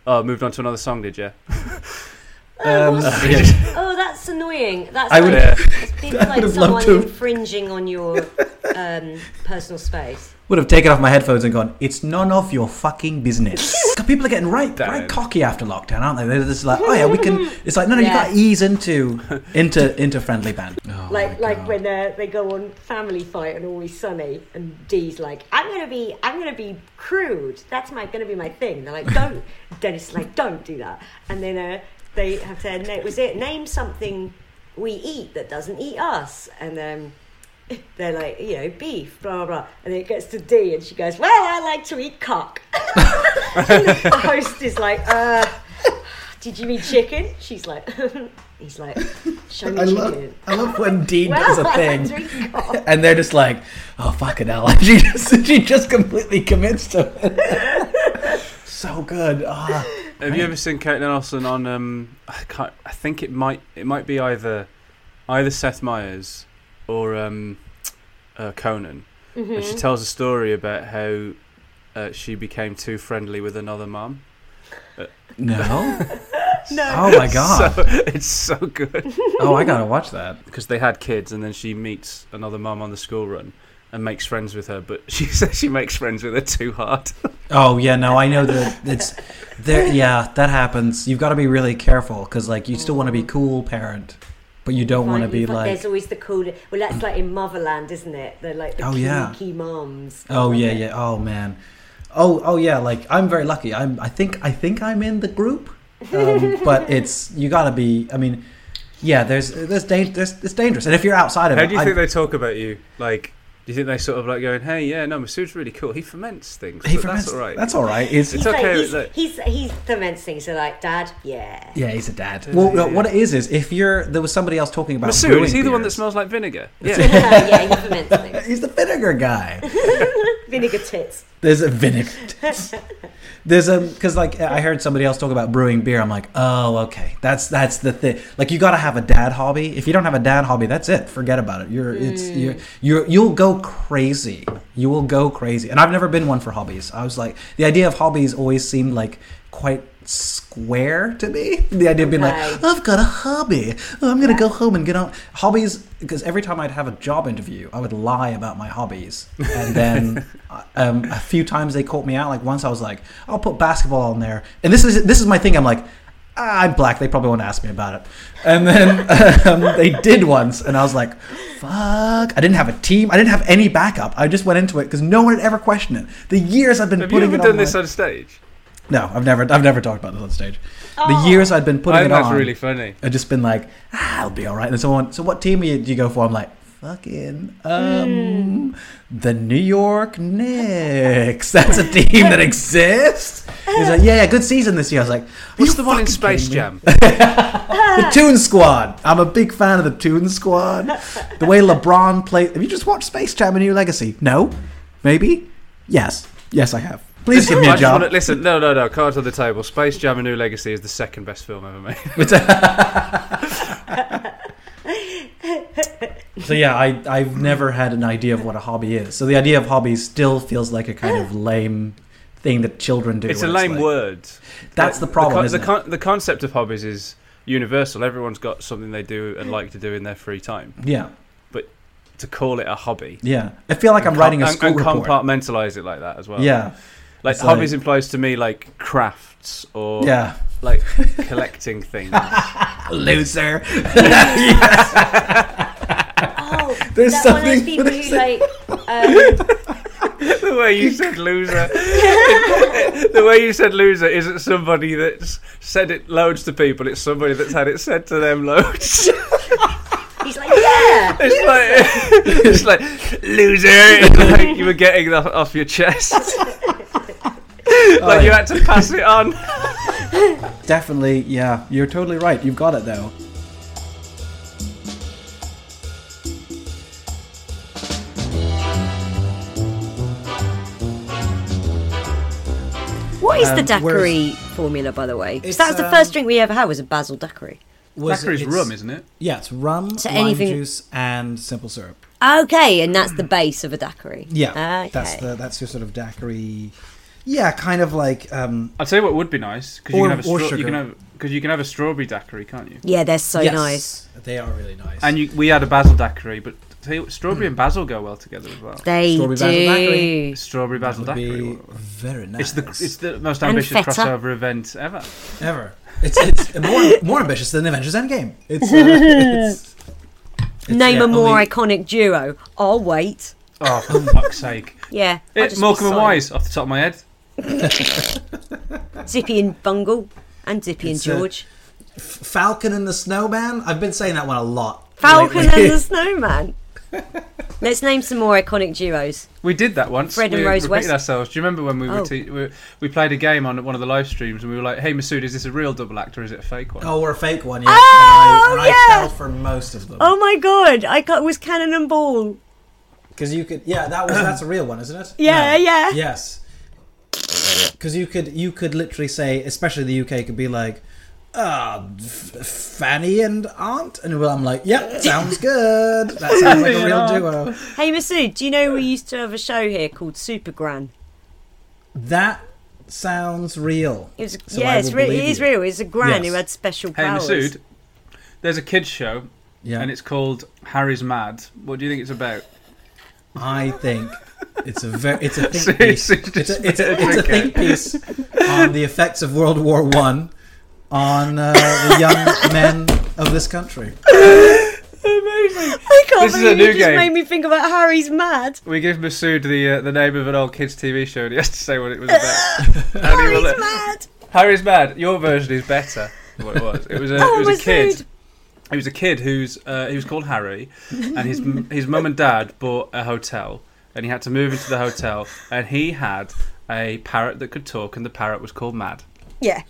Speaker 3: "Oh, moved on to another song, did you?"
Speaker 2: Um,
Speaker 3: <laughs>
Speaker 2: yeah.
Speaker 1: Oh, that's annoying. That's
Speaker 2: I would-
Speaker 1: like,
Speaker 2: <laughs>
Speaker 1: it's been like
Speaker 2: have loved
Speaker 1: someone
Speaker 2: to.
Speaker 1: infringing on your um, personal space.
Speaker 2: Would have taken off my headphones and gone, it's none of your fucking
Speaker 3: <laughs>
Speaker 2: business. 'Cause People are getting right, right cocky after lockdown, aren't they? They're just like, oh yeah, we
Speaker 1: <laughs>
Speaker 2: can. It's like, no, no, you
Speaker 1: Yeah.
Speaker 2: got to ease into
Speaker 3: <laughs>
Speaker 2: into into friendly band. Oh,
Speaker 1: like like when uh, they go on Family Fight and Always Sunny, and Dee's like, I'm gonna be I'm gonna be crude. That's my gonna be my thing. They're like, don't. <laughs> Dennis is like, don't do that. And then uh, they have to. It was it. Name something we eat that doesn't eat us. And um, <laughs> they're like, you know, beef, blah blah. blah. And then it gets to D, and she goes, well, I like to eat cock. <laughs> and the host is like, uh. Did you mean chicken? She's like, <laughs> he's like, show me
Speaker 2: I
Speaker 1: chicken.
Speaker 2: love, I love when Dean
Speaker 1: Well,
Speaker 2: does a
Speaker 1: <laughs> I
Speaker 2: thing,
Speaker 1: drink coffee.
Speaker 2: and they're just like, "Oh fucking hell!" <laughs> And she just, she just completely commits to it. <laughs> so good. Ah.
Speaker 3: Have you ever seen Caitlin Olsen on? Um, I can't. I think it might. It might be either, either Seth Meyers, or um, uh, Conan. And
Speaker 2: Mm.
Speaker 3: she tells a story about how uh, she became too friendly with another mum.
Speaker 2: No. no. Oh <laughs> my god.
Speaker 3: <laughs> So it's so good.
Speaker 2: oh, I gotta watch that.
Speaker 3: because they had kids, and then she meets another mum on the school run and makes friends with her. But <laughs> she says she makes friends with her too hard.
Speaker 2: Oh yeah, no, I know that it's there. Yeah, that happens. You've got to be really careful because, like, you still want to be cool parent, but you
Speaker 3: Mm-hmm.
Speaker 2: don't want to
Speaker 1: Right,
Speaker 2: be
Speaker 1: but
Speaker 2: like,
Speaker 1: There's always the cool. Well, that's like in Motherland, isn't it? They're like the
Speaker 2: Oh,
Speaker 1: oh,
Speaker 2: yeah.
Speaker 1: geeky mums.
Speaker 2: oh yeah, yeah, oh man, oh oh yeah. Like, I'm very lucky. I'm. I think I think I'm in the group
Speaker 3: <laughs>
Speaker 2: um, but it's you gotta be. I mean, yeah, there's there's, dan- there's it's dangerous, and if you're outside of
Speaker 3: How
Speaker 2: it,
Speaker 3: do you
Speaker 2: I-
Speaker 3: think they talk about you? Like, do you think they sort of like going, "Hey, yeah, no, Masood's really cool. He ferments things.
Speaker 2: he
Speaker 3: but
Speaker 2: ferments-
Speaker 3: That's all right.
Speaker 2: That's all right. It's,
Speaker 3: It's
Speaker 6: he's
Speaker 3: okay,
Speaker 6: Like,
Speaker 3: look.
Speaker 6: he's, he's he's fermenting. So like, Dad,
Speaker 1: <laughs>
Speaker 6: yeah.
Speaker 2: yeah, he's a dad. Well, no,
Speaker 3: yeah.
Speaker 2: what it is is if you're there was somebody else talking about
Speaker 3: Masood
Speaker 2: brewing
Speaker 3: is he the one that
Speaker 2: beers.
Speaker 3: smells like vinegar?
Speaker 6: yeah,
Speaker 3: Yeah.
Speaker 6: yeah, he ferments
Speaker 1: <laughs>
Speaker 6: things.
Speaker 2: He's the vinegar
Speaker 3: <laughs>
Speaker 2: guy.
Speaker 6: Vinegar tits.
Speaker 2: There's a vinegar.
Speaker 1: Oh,
Speaker 2: There's a because like I heard somebody else talk about brewing beer. I'm like, oh, okay, that's that's the thing. Like you gotta have a dad hobby. If you don't have a dad hobby, that's it. Forget about it. You're it's you're you are you'll go crazy. You will go crazy. And I've never been one for hobbies. I was like the idea of hobbies always seemed like quite square to me. The idea of being like,
Speaker 6: Right.
Speaker 2: I've got a hobby. Oh, I'm gonna go home and get on hobbies because every time I'd have a job interview, I would lie about my hobbies, and then <laughs> uh, um, a few times they caught me out. Like once I was like, I'll put basketball on there, and this is this is my thing. I'm like. "Ah, I'm black. They probably won't ask me about it. And then <laughs> um, they did once, and I was like, "Fuck!" I didn't have a team. I didn't have any backup. I just went into it because no one had ever questioned it. The years I've been
Speaker 3: Have you
Speaker 2: putting
Speaker 3: ever
Speaker 2: it
Speaker 3: done
Speaker 2: on
Speaker 3: this
Speaker 2: my-
Speaker 3: on stage?
Speaker 2: no, I've never, I've never talked about this on stage. The years I'd been putting
Speaker 3: I
Speaker 2: it
Speaker 3: think that's
Speaker 2: on,
Speaker 3: really funny.
Speaker 2: I've just been like, ah, I'll be all right. And someone, so what team do you, do you go for? I'm like, fucking, um, the New York Knicks. <laughs> That's a team that exists. He's like, yeah, yeah, good season this year. I was like,
Speaker 3: What's the one in Space Jam?
Speaker 2: The Toon Squad. I'm a big fan of the Toon Squad. The way LeBron played. Have you just watched Space Jam: A New Legacy? No, maybe, yes, yes, I have. <laughs> Please give me
Speaker 3: I
Speaker 2: a
Speaker 3: just
Speaker 2: job.
Speaker 3: wanna- listen, no, no, no. Cards on the table. Space Jam: A New Legacy is the second best film ever made.
Speaker 2: <laughs> So yeah, I I've never had an idea of what a hobby is. So the idea of hobbies still feels like a kind
Speaker 3: <sighs>
Speaker 2: of lame thing that children do.
Speaker 3: it's a
Speaker 2: where
Speaker 3: lame
Speaker 2: like-
Speaker 3: word.
Speaker 2: That's the problem,
Speaker 3: The,
Speaker 2: isn't
Speaker 3: the,
Speaker 2: it?
Speaker 3: con- the concept of hobbies is universal. Everyone's got something they do and like to do in their free time.
Speaker 2: Yeah,
Speaker 3: To call it a hobby,
Speaker 2: yeah. I feel like I'm writing a
Speaker 3: and,
Speaker 2: school
Speaker 3: and
Speaker 2: report.
Speaker 3: compartmentalize it like that as well.
Speaker 2: yeah,
Speaker 3: like
Speaker 2: It's
Speaker 3: hobbies
Speaker 2: like-
Speaker 3: implies to me like crafts or
Speaker 2: yeah.
Speaker 3: like
Speaker 2: <laughs>
Speaker 3: collecting things.
Speaker 2: Loser.
Speaker 6: Oh,
Speaker 2: There's
Speaker 6: that one of
Speaker 2: something-
Speaker 6: those people who like.
Speaker 1: <laughs>
Speaker 6: Um,
Speaker 3: the way you said loser, <laughs> the way you said loser isn't somebody that's said it loads to people. It's somebody that's had it said to them loads. <laughs>
Speaker 6: he's like, yeah.
Speaker 3: It's like it's like <laughs> loser. It's like you were getting that off your chest. <laughs> like you had to pass it on.
Speaker 2: Definitely. Yeah, you're totally right. You've got it though.
Speaker 1: What is the
Speaker 2: Um,
Speaker 1: daiquiri formula, by the way? 'Cause that was the
Speaker 2: um,
Speaker 1: first drink we ever had was a basil daiquiri.
Speaker 7: Was it- it's-
Speaker 3: it?
Speaker 7: Yeah, it's rum,
Speaker 1: So
Speaker 7: lime
Speaker 1: anything-
Speaker 7: juice, and simple syrup.
Speaker 1: Okay, and that's the base of a daiquiri.
Speaker 7: Yeah,
Speaker 1: Ah, okay.
Speaker 7: that's the that's your sort of daiquiri. Yeah, kind of like um,
Speaker 3: I'll tell you what would be nice because
Speaker 7: Or-
Speaker 3: you can have a
Speaker 7: or
Speaker 3: straw- you can
Speaker 7: sugar.
Speaker 3: have because you can have a strawberry daiquiri, can't you?
Speaker 1: yeah, they're so
Speaker 7: yes,
Speaker 1: nice.
Speaker 7: They are really nice.
Speaker 3: And you, we had a basil daiquiri, but tell you what, strawberry and basil go well together as well.
Speaker 1: They
Speaker 7: Strawberry
Speaker 1: do.
Speaker 7: basil daiquiri.
Speaker 3: Strawberry
Speaker 7: that
Speaker 3: basil
Speaker 7: would
Speaker 3: daiquiri.
Speaker 7: be
Speaker 3: well.
Speaker 7: very
Speaker 3: It's
Speaker 7: nice.
Speaker 3: the it's the most
Speaker 1: And
Speaker 3: ambitious
Speaker 1: feta.
Speaker 3: crossover event ever.
Speaker 7: ever. It's it's <laughs> more more ambitious than Avengers Endgame. It's, uh,
Speaker 1: <laughs>
Speaker 7: it's, it's
Speaker 1: Name
Speaker 7: yeah,
Speaker 1: a more
Speaker 7: only-
Speaker 1: iconic duo. I'll wait.
Speaker 3: Oh, for fuck's sake!
Speaker 1: Yeah. I'll
Speaker 3: It,
Speaker 1: just be
Speaker 3: Morecambe Eh, and
Speaker 1: silent.
Speaker 3: Wise off the top of my head.
Speaker 1: Zippy and Bungle. And Zippy
Speaker 7: It's, uh,
Speaker 1: and George.
Speaker 7: Falcon and the Snowman. I've been saying that one a lot.
Speaker 1: Falcon
Speaker 7: lately. <laughs>
Speaker 1: and the Snowman. Let's name some more iconic duos.
Speaker 3: We did that once.
Speaker 1: Fred and
Speaker 3: we
Speaker 1: Rose
Speaker 3: repeated
Speaker 1: West.
Speaker 3: ourselves. Do you remember when we were,
Speaker 1: Oh.
Speaker 3: te- we we played a game on one of the live streams and we were like, "Hey, Masood, is this a real double act or is it a fake one?"
Speaker 7: Oh, or a fake one, yeah. and I, and
Speaker 1: Oh, yeah.
Speaker 7: I fell for most of them.
Speaker 1: Oh my god, I got was Cannon and Ball.
Speaker 7: Because you could, yeah, that was that's a real one, isn't it?
Speaker 1: Yeah, yeah.
Speaker 7: Yes. Because you could, you could literally say, especially the UK could be like, ah, f- Fanny and Aunt, and I'm like, yep, sounds good. That sounds like a real duo.
Speaker 1: Hey Masood, do you know we used to have a show here called Super Gran?
Speaker 7: That sounds real.
Speaker 1: It was
Speaker 7: So
Speaker 1: yeah,
Speaker 7: I
Speaker 1: it's
Speaker 7: will
Speaker 1: real. It
Speaker 7: believe
Speaker 1: is
Speaker 7: you.
Speaker 1: real. It's a gran
Speaker 7: Yes.
Speaker 1: who had special
Speaker 3: hey,
Speaker 1: powers.
Speaker 3: Masood, there's a kids show
Speaker 7: Yeah,
Speaker 3: and it's called Harry's Mad. What do you think it's about?
Speaker 7: I think it's a very, it's
Speaker 3: <laughs>
Speaker 7: a think piece.
Speaker 3: Seriously,
Speaker 7: It's
Speaker 3: just
Speaker 7: a, it's a,
Speaker 3: made a
Speaker 7: it's a
Speaker 3: drink
Speaker 7: think piece on the effects of World War One on uh, the young men of this country.
Speaker 1: I can't
Speaker 3: This is a
Speaker 1: believe you
Speaker 3: new
Speaker 1: just
Speaker 3: game.
Speaker 1: made me think about Harry's mad.
Speaker 3: We
Speaker 7: <laughs>
Speaker 3: give Masood the uh, the name of an old kids TV show, and he has to say what it was about. And he will-
Speaker 1: Harry's mad.
Speaker 3: Harry's mad. Your version is better. than What it was? It was a,
Speaker 1: <laughs> Oh,
Speaker 3: it was
Speaker 1: was
Speaker 3: a kid.
Speaker 1: rude.
Speaker 3: It was a kid who's uh, he was called Harry, and his m- his mum and dad bought a hotel, and he had to move into the hotel, and he had a parrot that could talk, and the parrot was called Mad.
Speaker 1: Yeah.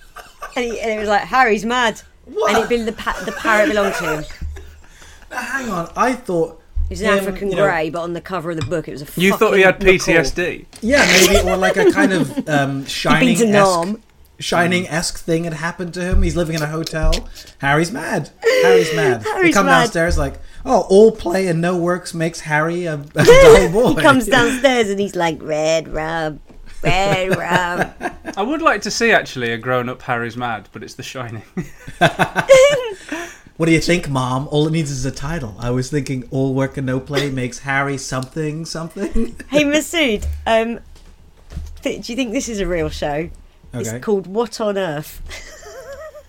Speaker 1: And, he, and it was like, Harry's mad. And it been the, pa- the parrot belonged to him.
Speaker 2: Hang on, I thought.
Speaker 1: He's an
Speaker 2: him,
Speaker 1: African
Speaker 2: you know-
Speaker 1: grey, but on the cover of the book, it was a
Speaker 3: You thought he had
Speaker 1: fucking macaw.
Speaker 3: PTSD.
Speaker 2: Yeah, maybe or like a kind
Speaker 1: <laughs>
Speaker 2: of um, shining
Speaker 1: beats an
Speaker 2: esque
Speaker 1: arm.
Speaker 2: shining esque thing had happened to him. He's living in a hotel. Harry's mad. Harry's mad. they
Speaker 1: Harry's
Speaker 2: come
Speaker 1: mad.
Speaker 2: downstairs like, oh, all play and no works makes Harry a,
Speaker 1: <laughs>
Speaker 2: a dull Oh, boy.
Speaker 1: <laughs> He comes downstairs and he's like, Red Rum,
Speaker 2: <laughs>
Speaker 1: Red Rum.
Speaker 3: I would like to see actually a grown up Harry's Mad, but it's The Shining.
Speaker 2: What do you think, Mom? All it needs is a title. I was thinking all work and no play makes Harry something
Speaker 1: <laughs>
Speaker 2: something.
Speaker 1: hey, Masood, um, th- do you think this is a real show?
Speaker 2: Okay.
Speaker 1: It's called What on Earth. <laughs>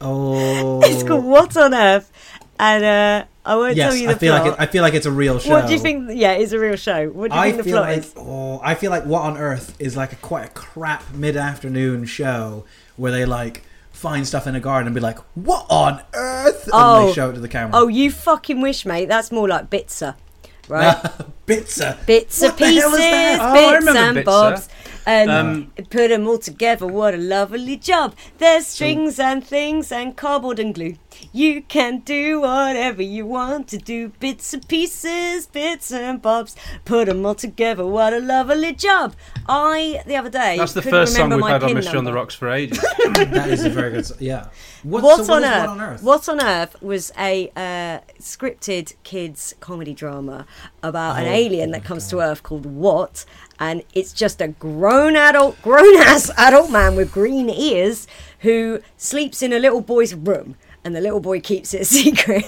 Speaker 2: Oh,
Speaker 1: it's called What on Earth. And uh, I won't
Speaker 2: yes.
Speaker 1: tell you the
Speaker 2: I feel like
Speaker 1: plot.
Speaker 2: it, I feel like it's a real show.
Speaker 1: what do you think? Yeah, it's a real show. What do you
Speaker 2: I
Speaker 1: think the
Speaker 2: feel
Speaker 1: plot
Speaker 2: like
Speaker 1: is?
Speaker 2: oh, I feel like what on earth is like a quite a crap mid-afternoon show where they like find stuff in a garden and be like, "What on earth?" and
Speaker 1: Oh.
Speaker 2: they show it to the camera. <laughs>
Speaker 1: Oh, you fucking wish, mate. That's more like Bitzer, right?
Speaker 2: bitsa,
Speaker 1: bits
Speaker 2: what
Speaker 1: and
Speaker 2: the
Speaker 1: pieces,
Speaker 2: hell is that?
Speaker 3: Oh, I
Speaker 1: bits
Speaker 3: remember
Speaker 1: and
Speaker 3: bits,
Speaker 1: bobs.
Speaker 3: sir.
Speaker 1: And
Speaker 3: Um,
Speaker 1: put them all together. What a lovely job! There's strings and things and cardboard and glue. You can do whatever you want to do. Bits and pieces, bits and bobs. Put them all together. What a lovely job! I the other day
Speaker 3: That's the
Speaker 1: couldn't
Speaker 3: first song
Speaker 1: remember
Speaker 3: we've
Speaker 1: my
Speaker 3: had on
Speaker 1: pin
Speaker 3: Mystery on the
Speaker 1: number.
Speaker 3: Rocks for ages.
Speaker 2: Oh, That is a very good. s- Yeah. What,
Speaker 1: What,
Speaker 2: so
Speaker 1: on,
Speaker 2: is What
Speaker 1: earth?
Speaker 2: on earth?
Speaker 1: What on earth was a uh, scripted kids comedy drama about
Speaker 2: Oh,
Speaker 1: an alien that comes to Earth called What, and it's just a grown adult, <laughs> grown ass adult man with green ears who sleeps in a little boy's room, and the little boy keeps it <laughs> a secret.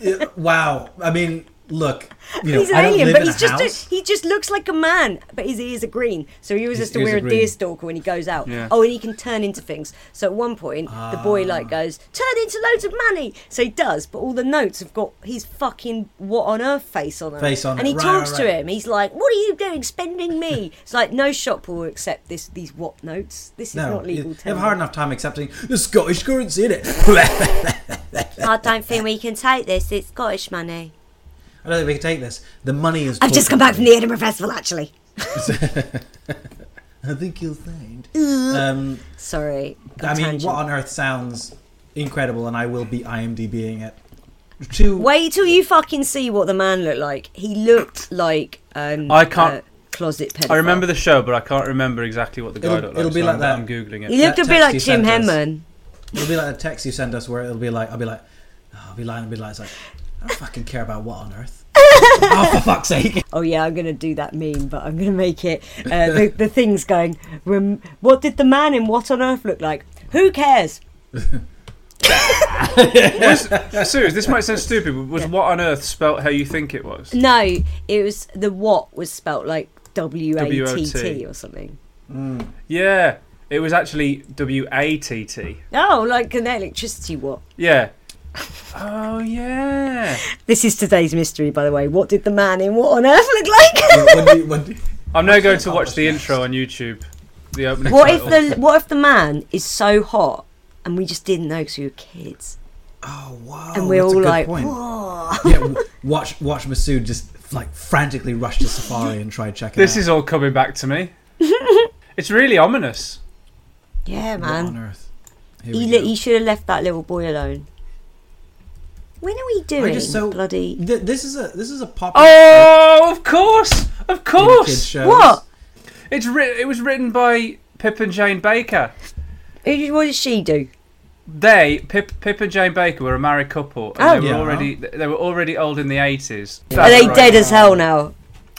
Speaker 2: Yeah, Wow. I mean, look. You know,
Speaker 1: he's an
Speaker 2: I don't
Speaker 1: alien,
Speaker 2: live
Speaker 1: but
Speaker 2: in
Speaker 1: he's
Speaker 2: a
Speaker 1: just
Speaker 2: house.
Speaker 1: a, he just looks like a man, but his ears are green, so he was
Speaker 3: His
Speaker 1: just a
Speaker 3: ears are
Speaker 1: weird
Speaker 3: green.
Speaker 1: deer stalker when he goes out.
Speaker 3: Yeah.
Speaker 1: Oh, and he can turn into things. So at one point, the
Speaker 2: Ah.
Speaker 1: boy like goes turn into loads of money. So he does, but all the notes have got his fucking what on earth face on them.
Speaker 2: Face on
Speaker 1: and
Speaker 2: it.
Speaker 1: he
Speaker 2: Right,
Speaker 1: talks
Speaker 2: right,
Speaker 1: to
Speaker 2: right.
Speaker 1: him. He's like, "What are you doing, spending me?" It's like no shop will accept this. These what notes? This is
Speaker 2: no,
Speaker 1: not legal.
Speaker 2: you
Speaker 1: tender.
Speaker 2: have a hard enough time accepting the Scottish currency in it. <laughs>
Speaker 1: I don't think we can take this. It's Scottish money.
Speaker 2: I don't think we can take this. The money is.
Speaker 1: I've just come
Speaker 2: talking.
Speaker 1: back from the Edinburgh Festival, actually.
Speaker 2: I think you'll find. Um,
Speaker 1: Sorry. got
Speaker 2: I mean,
Speaker 1: tangent.
Speaker 2: what on earth sounds incredible, and I will be IMDbing it. To
Speaker 1: Wait till you fucking see what the man looked like. He looked like um,
Speaker 3: I can't-
Speaker 1: uh, closet pedophile.
Speaker 3: I remember the show, but I can't remember exactly what the guy
Speaker 2: It'll-
Speaker 3: looked like.
Speaker 2: it'll be
Speaker 3: so
Speaker 2: like
Speaker 3: I'm,
Speaker 2: that.
Speaker 3: I'm googling
Speaker 1: He
Speaker 3: it.
Speaker 1: looked a
Speaker 2: that
Speaker 1: bit like
Speaker 2: text
Speaker 1: Jim
Speaker 2: you sent us.
Speaker 1: Hemman.
Speaker 2: it'll be like a text you send us where it'll be like I'll be like oh, I'll be lying, I'll be like it's like I don't fucking care about what on
Speaker 1: <laughs>
Speaker 2: earth. oh for fuck's sake!
Speaker 1: Oh yeah, I'm gonna do that meme, but I'm gonna make it uh,
Speaker 3: <laughs>
Speaker 1: the, the things going. Rem- what did the man in What on Earth look like? Who cares?
Speaker 3: Serious, this might
Speaker 1: <laughs>
Speaker 3: sound stupid, but was what on earth spelt how you think it was?
Speaker 1: No, it was the what was spelt like W A T
Speaker 3: W-O-T.
Speaker 1: T or something.
Speaker 3: Yeah, it was actually W A T T.
Speaker 1: Oh, like an electricity what?
Speaker 3: Yeah. Oh yeah.
Speaker 1: This is today's mystery, by the way. What did the man in What on Earth look like?
Speaker 2: when do you, when do you-
Speaker 3: I'm now going to watch the intro on YouTube. The opening.
Speaker 1: Oh, what if
Speaker 3: title.
Speaker 1: the what if the man is so hot and we just didn't know because we were kids?
Speaker 2: oh wow!
Speaker 1: And we're
Speaker 2: that's a
Speaker 1: all
Speaker 2: good
Speaker 1: like,
Speaker 2: point. yeah, w- watch watch Masood just like frantically rush to Safari and try check it
Speaker 3: This
Speaker 2: out.
Speaker 3: is all coming back
Speaker 1: <laughs>
Speaker 3: to me. it's really ominous.
Speaker 1: Yeah,
Speaker 2: what on
Speaker 1: man.
Speaker 2: earth. Here
Speaker 1: He,
Speaker 2: we
Speaker 1: li-
Speaker 2: go.
Speaker 1: he should have left that little boy alone. When are we doing
Speaker 2: I just so
Speaker 1: bloody?
Speaker 2: Th- this is a this is a popular
Speaker 3: Oh, of course,
Speaker 2: kids
Speaker 3: of course.
Speaker 2: shows.
Speaker 1: What?
Speaker 3: It's writ- It was written by Pip and Jane Baker.
Speaker 1: Who, what did she do?
Speaker 3: They Pip, Pip and Jane Baker were a married couple, and
Speaker 1: Oh.
Speaker 3: they were
Speaker 2: Yeah.
Speaker 3: already they were already old in the eighties.
Speaker 1: Are they dead as hell now?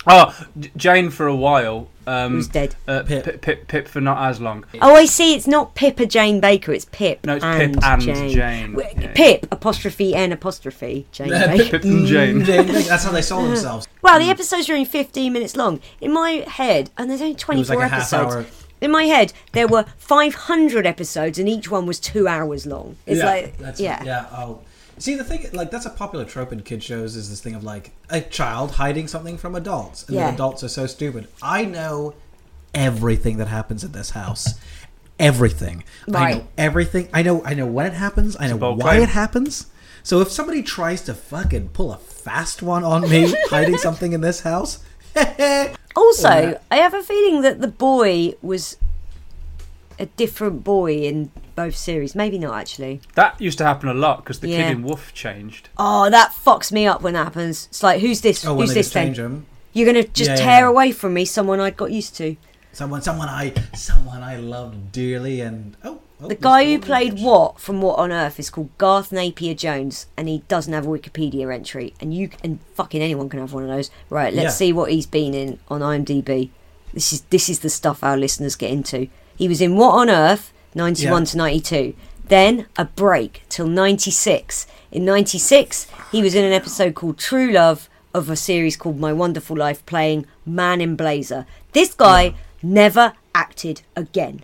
Speaker 3: Oh, J- Jane for a while. Um,
Speaker 1: Who's dead?
Speaker 3: Uh,
Speaker 2: Pip.
Speaker 3: Pip. Pip Pip for not as long.
Speaker 1: Oh, I see. It's not Pippa Jane Baker. It's Pip.
Speaker 3: No, it's
Speaker 1: and
Speaker 3: Pip and
Speaker 1: Jane.
Speaker 3: Jane.
Speaker 1: W-
Speaker 3: Yeah.
Speaker 1: Pip apostrophe n apostrophe Jane Baker.
Speaker 3: Pip and Jane.
Speaker 2: They- they- Mm, that's how they
Speaker 1: <laughs>
Speaker 2: sold themselves.
Speaker 1: Wow, the episodes are only 15 minutes long. In my head, and there's only
Speaker 2: It was
Speaker 1: 24
Speaker 2: like a half
Speaker 1: episodes.
Speaker 2: hour.
Speaker 1: In my head, there were 500 episodes, and each one was two hours long. It's like,
Speaker 2: that's,
Speaker 1: yeah.
Speaker 2: yeah. Oh, see the thing, like that's a popular trope in kid shows is this thing of like a child hiding something from adults, and the
Speaker 1: Yeah.
Speaker 2: adults are so stupid. I know everything that happens in this house.
Speaker 8: everything. I
Speaker 1: Right.
Speaker 8: know everything. I know. I know when it happens. I know
Speaker 3: bold
Speaker 8: why
Speaker 3: claim.
Speaker 8: it happens. So if somebody tries to fucking pull a fast one on
Speaker 1: <laughs>
Speaker 8: me hiding something in this house,
Speaker 1: Also, I have a feeling that the boy was a different boy in both series. Maybe not actually.
Speaker 3: That used to happen a lot because the
Speaker 1: Yeah.
Speaker 3: kid in Wolf changed.
Speaker 1: Oh, that fucks me up when that happens. It's like, who's this?
Speaker 8: oh, when
Speaker 1: who's
Speaker 8: they
Speaker 1: this
Speaker 8: just
Speaker 1: then?
Speaker 8: change them.
Speaker 1: You're gonna just
Speaker 8: Yeah, yeah,
Speaker 1: tear
Speaker 8: yeah.
Speaker 1: away from me someone I got used to.
Speaker 8: Someone, someone I, someone I loved dearly, and oh, oh,
Speaker 1: The
Speaker 8: this
Speaker 1: guy who
Speaker 8: boy-
Speaker 1: played Watt from What on Earth is called Garth Napier Jones, and he doesn't have a Wikipedia entry. And you and fucking anyone can have one of those. Right, let's
Speaker 8: Yeah.
Speaker 1: see what he's been in on IMDb. This is this is the stuff our listeners get into. He was in What on Earth, ninety one
Speaker 8: Yeah.
Speaker 1: to ninety two. Then a break till ninety six. In ninety six, he was in an episode called True Love of a series called My Wonderful Life, playing Man in Blazer. This guy never acted again.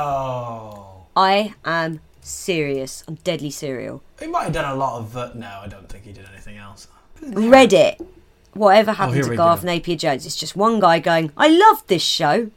Speaker 2: No.
Speaker 1: I am serious. I'm deadly serial.
Speaker 2: He might have done a lot of. Uh, no, I don't think he did anything else.
Speaker 1: Reddit. Whatever happened
Speaker 8: here
Speaker 1: to
Speaker 8: we
Speaker 1: Garth
Speaker 8: go.
Speaker 1: Napier Jones? It's just one guy going, "I love this show."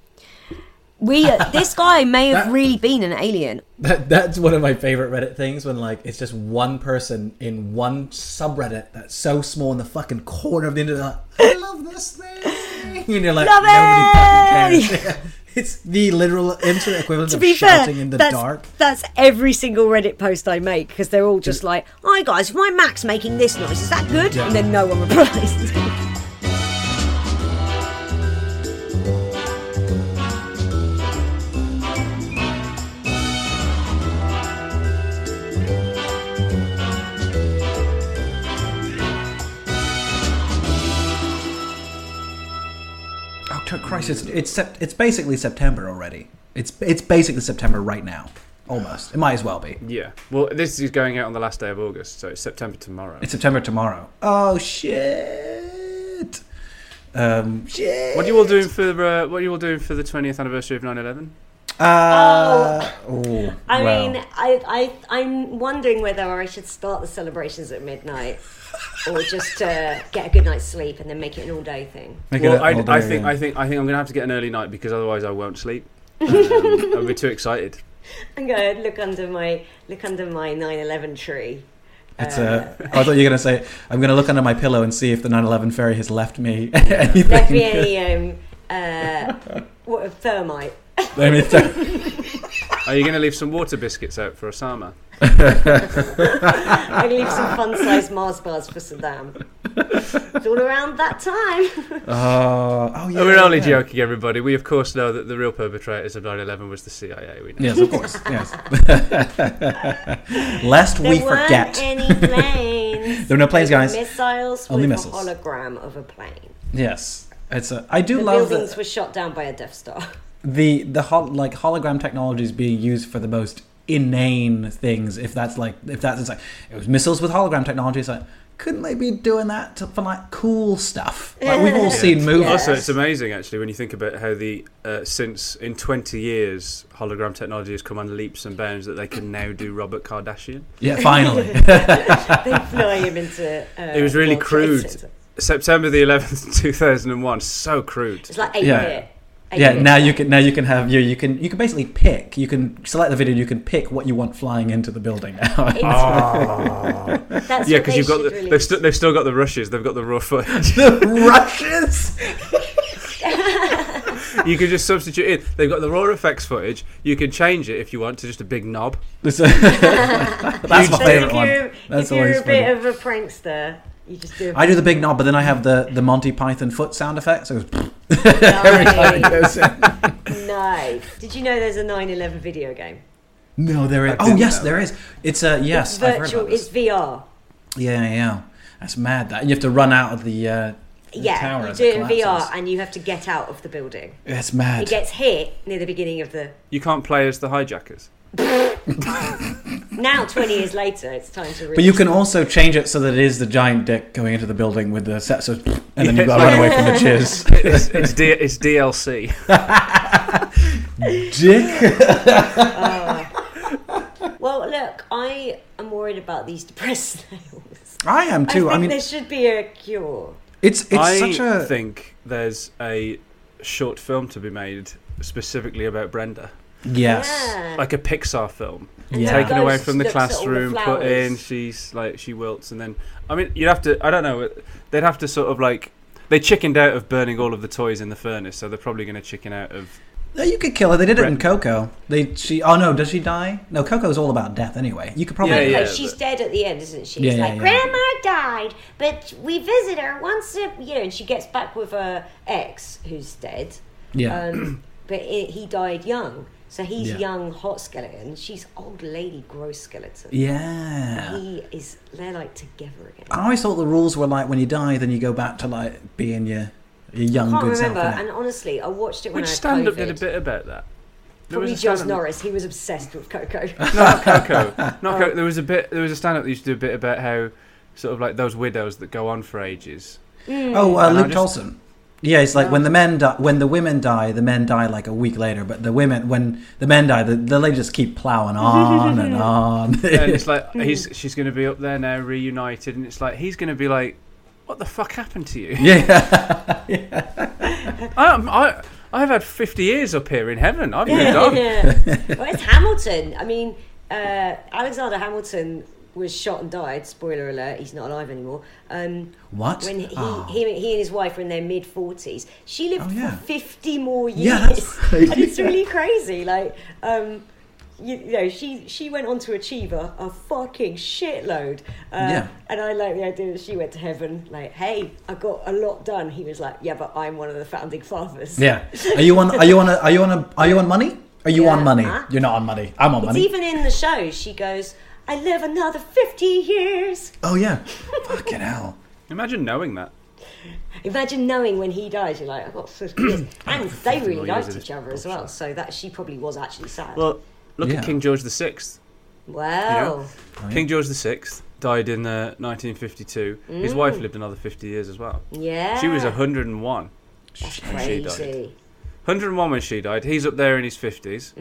Speaker 1: We uh, <laughs> this guy may have really been an alien.
Speaker 8: That, that's one of my favorite Reddit things when like it's just one person in one subreddit that's so small in the fucking corner of the internet. Like, I love this thing, and you're like
Speaker 1: Love
Speaker 8: nobody fucking cares. <laughs> it's the literal internet equivalent
Speaker 1: To
Speaker 8: of
Speaker 1: be fair,
Speaker 8: shouting in the
Speaker 1: that's,
Speaker 8: dark.
Speaker 1: that's every single Reddit post I make because they're all just like, "Hi guys, why Max making this noise? Is that good?" And then no one <laughs> replies.
Speaker 2: October Crisis. It's sep- it's basically September already. It's it's basically September right now, almost. It might as well be.
Speaker 3: Yeah. Well, this is going out on the last day of August, so it's September tomorrow.
Speaker 2: It's September tomorrow. Oh shit. Um, shit.
Speaker 3: What are you all doing for uh, what are you all doing for the 20th anniversary of 9/11?
Speaker 1: Oh,
Speaker 2: Uh,
Speaker 3: Oh,
Speaker 2: ooh,
Speaker 9: I
Speaker 2: well.
Speaker 9: mean, I, I, I'm wondering whether I should start the celebrations at midnight or just uh, get a good night's sleep and then make it an all day thing.
Speaker 2: Make it
Speaker 3: Well,
Speaker 2: a-
Speaker 3: I,
Speaker 2: all
Speaker 3: I
Speaker 2: day
Speaker 3: think
Speaker 2: again.
Speaker 3: I think I think I'm gonna have to get an early night because otherwise I
Speaker 1: <laughs>
Speaker 3: won't sleep. Um, I'll be too excited.
Speaker 9: I'm going to look under my look under my 9/11 tree.
Speaker 2: It's a. I thought you were gonna say I'm gonna look under my pillow and see if the 9/11 fairy has left me <laughs> anything.
Speaker 9: Left me any um, uh, what, thermite.
Speaker 2: I mean,
Speaker 3: <laughs>
Speaker 2: it's-
Speaker 3: Are you gonna leave some water biscuits out for Osama?
Speaker 9: I leave some fun-sized Mars bars for Saddam. It's all around that time.
Speaker 2: oh, oh yeah.
Speaker 3: We're only
Speaker 2: yeah.
Speaker 3: joking, everybody. We of course know that the real perpetrators of 9/11 was the CIA. We know.
Speaker 2: Yes, of course.
Speaker 9: <laughs>
Speaker 2: Yes. <laughs> Lest we
Speaker 9: there weren't
Speaker 2: forget. <laughs>
Speaker 9: any planes.
Speaker 2: There were no planes,
Speaker 9: They were
Speaker 2: guys.
Speaker 9: Missiles
Speaker 2: Only
Speaker 9: with
Speaker 2: missiles.
Speaker 9: a hologram of a plane.
Speaker 2: Yes, it's a. I do
Speaker 9: The
Speaker 2: love
Speaker 9: buildings
Speaker 2: that
Speaker 9: were shot down by a Death Star. <laughs>
Speaker 2: the the hol- like hologram technology is being used for the most inane things. If that's like if that's it's like it was missiles with hologram technology. It's like couldn't they be doing that to, for like cool stuff? Like
Speaker 9: <laughs>
Speaker 2: we've all seen movies.
Speaker 3: Also, it's amazing actually when you think about how the uh, since in 20 years hologram technology has come on leaps and bounds that they can now do Robert Kardashian.
Speaker 2: Yeah,
Speaker 9: <laughs>
Speaker 2: finally. <laughs>
Speaker 9: they fly him into. Uh,
Speaker 3: It was really
Speaker 9: World Trade
Speaker 3: crude.
Speaker 9: Center.
Speaker 3: September the <laughs> 11th, 2001. So crude.
Speaker 9: It's like eight
Speaker 2: Yeah.
Speaker 9: bit. Eight
Speaker 2: yeah,
Speaker 9: bit.
Speaker 2: now you can now you can have your you can you can basically pick. You can select the video. You can pick what you want flying into the building now.
Speaker 9: <laughs>
Speaker 2: <laughs>
Speaker 9: It's- That's
Speaker 3: Yeah,
Speaker 9: what
Speaker 3: because
Speaker 9: they
Speaker 3: you've got
Speaker 9: should
Speaker 3: the, they've,
Speaker 9: release.
Speaker 3: stu they've still got the rushes. They've got the
Speaker 2: <laughs>
Speaker 3: raw footage.
Speaker 2: Rushes.
Speaker 3: you can just substitute in. They've got the raw effects footage. You can change it if you want to just a big knob.
Speaker 2: That's <laughs> my
Speaker 9: So
Speaker 2: favorite
Speaker 9: if
Speaker 2: one.
Speaker 9: you're,
Speaker 2: That's
Speaker 9: if you're
Speaker 2: always
Speaker 9: a bit
Speaker 2: funny.
Speaker 9: of a prankster, you just do.
Speaker 2: I do the big knob, but then I have the, the Monty Python foot sound effect. So it's
Speaker 9: nice.
Speaker 2: goes
Speaker 9: <laughs>
Speaker 2: in.
Speaker 9: nice. Did you know there's a 9/11 video game?
Speaker 2: No, there is. Oh yes, there is. It's a yes. I've heard
Speaker 9: Virtual.
Speaker 2: about
Speaker 9: It's
Speaker 2: this.
Speaker 9: VR.
Speaker 2: Yeah, yeah, yeah. That's mad. That and you have to run out of the, uh, the
Speaker 9: Yeah,
Speaker 2: tower
Speaker 9: you
Speaker 2: as
Speaker 9: do it in VR,
Speaker 2: collapses.
Speaker 9: and you have to get out of the building.
Speaker 2: It's
Speaker 9: It
Speaker 2: mad.
Speaker 9: gets hit near the beginning of the.
Speaker 3: You can't play as the hijackers.
Speaker 9: Now, 20 years later, it's time to.
Speaker 2: But you can also change it so that it is the giant dick going into the building with the set. So, and then
Speaker 3: Yeah,
Speaker 2: you got to
Speaker 3: it's
Speaker 2: run away
Speaker 9: <laughs>
Speaker 3: like-
Speaker 2: from the jizz.
Speaker 3: It's, it's, D- it's DLC.
Speaker 2: dick.
Speaker 9: Well, look, I am worried about these depressed <laughs> snails.
Speaker 2: I am
Speaker 9: I
Speaker 2: too.
Speaker 9: think
Speaker 2: I, mean,
Speaker 9: there should be a cure.
Speaker 2: it's it's
Speaker 3: I
Speaker 2: such a.
Speaker 3: think there's a short film to be made specifically about Brenda.
Speaker 2: Yes.
Speaker 3: like a Pixar film,
Speaker 2: Yeah.
Speaker 3: taken away
Speaker 1: Ghost
Speaker 3: from the
Speaker 1: looks at all the
Speaker 3: classroom, put
Speaker 1: flowers.
Speaker 3: in. She's like she wilts, and then I mean, you'd have to. I don't know. They'd have to sort of like they chickened out of burning all of the toys in the furnace, so they're probably going to chicken out of.
Speaker 2: No, you could kill her. They did it in
Speaker 3: Right.
Speaker 2: Coco. They she oh no, does she die? No, Coco's all about death anyway. You could probably
Speaker 3: Yeah,
Speaker 1: Like,
Speaker 3: yeah.
Speaker 1: she's dead at the end, isn't she?
Speaker 2: Yeah,
Speaker 1: it's
Speaker 2: yeah,
Speaker 1: like
Speaker 2: yeah.
Speaker 1: grandma died, but we visit her once a you know, and she gets back with her ex who's dead.
Speaker 2: Yeah.
Speaker 1: Um, but it, he died young, so he's
Speaker 2: Yeah.
Speaker 1: young, hot skeleton. She's old lady, gross skeleton.
Speaker 2: Yeah.
Speaker 1: He is. They're like together again.
Speaker 2: I always thought the rules were like when you die, then you go back to like being your, your young
Speaker 1: can't
Speaker 2: good
Speaker 1: remember.
Speaker 2: self. innit?
Speaker 1: And honestly, I watched it when I
Speaker 3: Which
Speaker 1: had
Speaker 3: stand up
Speaker 1: COVID.
Speaker 3: did a bit about that? There was
Speaker 1: Probably
Speaker 3: a
Speaker 1: Josh
Speaker 3: stand-up-
Speaker 1: Norris. He was obsessed with Coco.
Speaker 3: No, not Coco.
Speaker 1: <laughs>
Speaker 3: Not Coco. There was a bit. There was a stand up that used to do a bit about how sort of like those widows that go on for ages.
Speaker 2: oh, uh,
Speaker 3: And I
Speaker 2: Luke
Speaker 3: just-
Speaker 2: Tolson. Yeah, it's like when the men die, when the women die, the men die like a week later. But the women, when the men die, the, the ladies just keep plowing on
Speaker 1: <laughs>
Speaker 2: and on. <laughs>
Speaker 3: and it's like he's she's going to be up there now reunited, and it's like he's going to be like, "What the fuck happened to you?
Speaker 2: yeah, <laughs>
Speaker 3: I'm, <laughs> I I've had fifty years up here in heaven. I've moved on.
Speaker 1: Yeah. well, it's Hamilton. I mean, uh, Alexander Hamilton was shot and died. Spoiler alert: he's not alive anymore. Um,
Speaker 2: What?
Speaker 1: When he,
Speaker 2: Oh.
Speaker 1: he, he and his wife were in their mid forties, she lived
Speaker 2: Oh, yeah.
Speaker 1: for fifty more years,
Speaker 2: Yeah, that's right.
Speaker 1: <laughs> and it's really crazy. Like, um, you, you know, she she went on to achieve a, a fucking shitload. Uh,
Speaker 2: Yeah.
Speaker 1: And I like the idea that she went to heaven. Like, hey, I got a lot done. He was like, yeah, but I'm one of the founding fathers.
Speaker 2: yeah. Are you on? Are you on? A, are you on? A, are you on money? Are you on
Speaker 1: Yeah.
Speaker 2: money?
Speaker 1: Huh?
Speaker 2: You're not on money. I'm on
Speaker 1: It's
Speaker 2: money.
Speaker 1: even in the show. She goes, "I live another fifty years."
Speaker 2: oh yeah. Fucking hell.
Speaker 3: <laughs> Imagine knowing that.
Speaker 1: Imagine knowing when he dies, you're like, "I've got <clears throat>
Speaker 2: <clears throat>
Speaker 1: fifty years," and they really
Speaker 3: years
Speaker 1: liked
Speaker 3: of
Speaker 1: each other as well. So that she probably was actually sad. Well,
Speaker 3: Well, look
Speaker 2: Yeah. Oh,
Speaker 3: at King George the Sixth. King George the Sixth died in uh, 1952. His wife lived another 50 years as well.
Speaker 1: yeah,
Speaker 3: She was 101.
Speaker 1: crazy.
Speaker 3: died. 101 when she died. He's up there in his 50s.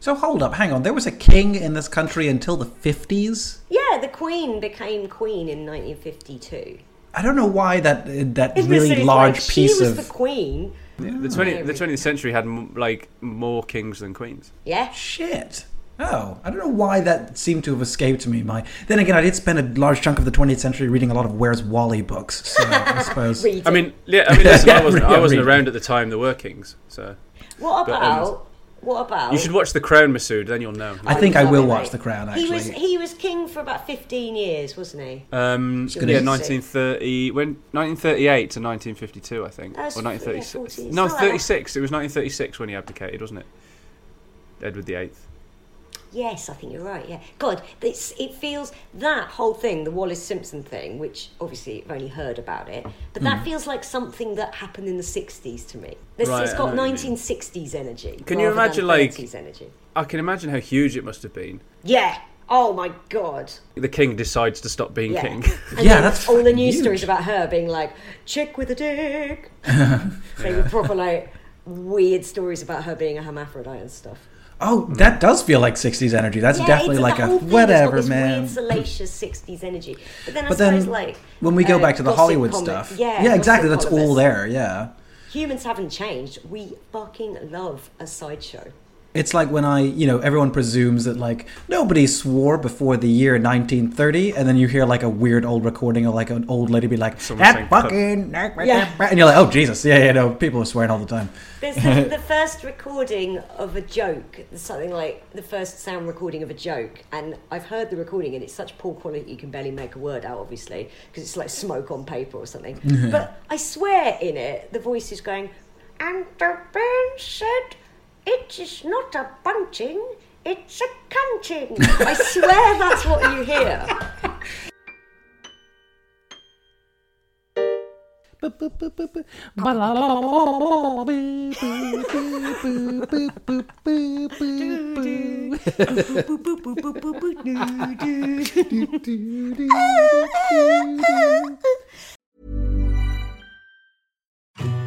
Speaker 2: So hold up, hang on. There was a king in this country until the 50s.
Speaker 1: Yeah, the Queen became Queen in 1952.
Speaker 2: I don't know why that that
Speaker 1: It's
Speaker 2: really
Speaker 1: like,
Speaker 2: large
Speaker 1: she
Speaker 2: piece
Speaker 1: was
Speaker 2: of
Speaker 1: the Queen.
Speaker 3: The 20 the 20th century had m- like more kings than queens.
Speaker 1: Yeah,
Speaker 2: shit. Oh, I don't know why that seemed to have escaped me. My then again, I did spend a large chunk of the 20th century reading a lot of Where's Wally books. So
Speaker 1: <laughs>
Speaker 2: I suppose.
Speaker 1: Read
Speaker 3: I
Speaker 1: it.
Speaker 3: mean, yeah, I mean, listen, I wasn't,
Speaker 2: Yeah,
Speaker 3: I wasn't
Speaker 2: really.
Speaker 3: around at the time there were kings, so
Speaker 1: what
Speaker 3: but, um,
Speaker 1: about? what about?
Speaker 3: you should watch The Crown, Masood. Then you'll know.
Speaker 2: I think I will
Speaker 1: Love it,
Speaker 2: watch
Speaker 1: mate.
Speaker 2: The Crown.
Speaker 1: He was
Speaker 2: Actually,
Speaker 1: he was king for about 15 years, wasn't he?
Speaker 3: Um,
Speaker 1: gonna
Speaker 3: yeah,
Speaker 1: be-
Speaker 3: 1930, when 1938 to 1952, I think,
Speaker 1: That's-
Speaker 3: or 1936.
Speaker 1: yeah, 40s.
Speaker 3: no,
Speaker 1: Something like
Speaker 3: 36. It was 1936 when he abdicated, wasn't it? Edward the Eighth.
Speaker 1: Yes, I think you're right. Yeah, God, it's, it feels that whole thing, the Wallace Simpson thing, which obviously I've only heard about it, but that feels like something that happened in the '60s to me. This,
Speaker 3: Mm. Right,
Speaker 1: it's
Speaker 3: I
Speaker 1: got
Speaker 3: know what you mean.
Speaker 1: 1960s energy.
Speaker 3: Can you
Speaker 1: rather than
Speaker 3: imagine, like-
Speaker 1: 30s energy?
Speaker 3: I can imagine how huge it must have been.
Speaker 1: Yeah. Oh my God.
Speaker 3: The king decides to stop being
Speaker 1: Yeah.
Speaker 3: king.
Speaker 1: And
Speaker 2: Yeah,
Speaker 1: then
Speaker 2: that's
Speaker 1: all the
Speaker 2: fucking
Speaker 1: news
Speaker 2: huge.
Speaker 1: stories about her being like chick with a
Speaker 3: <laughs>
Speaker 1: dick. they were proper like weird stories about her being a hermaphrodite and stuff.
Speaker 2: oh, that does feel like 60s energy. That's
Speaker 1: Yeah,
Speaker 2: definitely
Speaker 1: it's,
Speaker 2: like
Speaker 1: the
Speaker 2: a
Speaker 1: whole thing has got
Speaker 2: whatever,
Speaker 1: this
Speaker 2: man.
Speaker 1: Weird, salacious '60s energy, but then I
Speaker 2: But
Speaker 1: suppose
Speaker 2: then
Speaker 1: like
Speaker 2: when we go
Speaker 1: uh,
Speaker 2: back to the
Speaker 1: gossip
Speaker 2: Hollywood
Speaker 1: comic-
Speaker 2: stuff,
Speaker 1: yeah,
Speaker 2: yeah, exactly. That's
Speaker 1: gossip
Speaker 2: all
Speaker 1: columnists.
Speaker 2: there. Yeah.
Speaker 1: Humans haven't changed. We fucking love a sideshow.
Speaker 2: It's like when I, you know, everyone presumes that like nobody swore before the year 1930, and then you hear like a weird old recording of like an old lady be like,
Speaker 3: Someone
Speaker 2: "That
Speaker 3: saying,
Speaker 2: fucking,"
Speaker 1: Yeah.
Speaker 2: and you're like, "Oh Jesus, yeah, yeah, no, people are swearing all the time."
Speaker 1: There's the, the first recording of a joke, something like the first sound recording of a joke, and I've heard the recording, and it's such poor quality you can barely make a word out, obviously, because it's like smoke on paper or something. but I swear in it, the voice is going, and the man said, it is not a bunting, it's a cunting. I swear that's what you hear.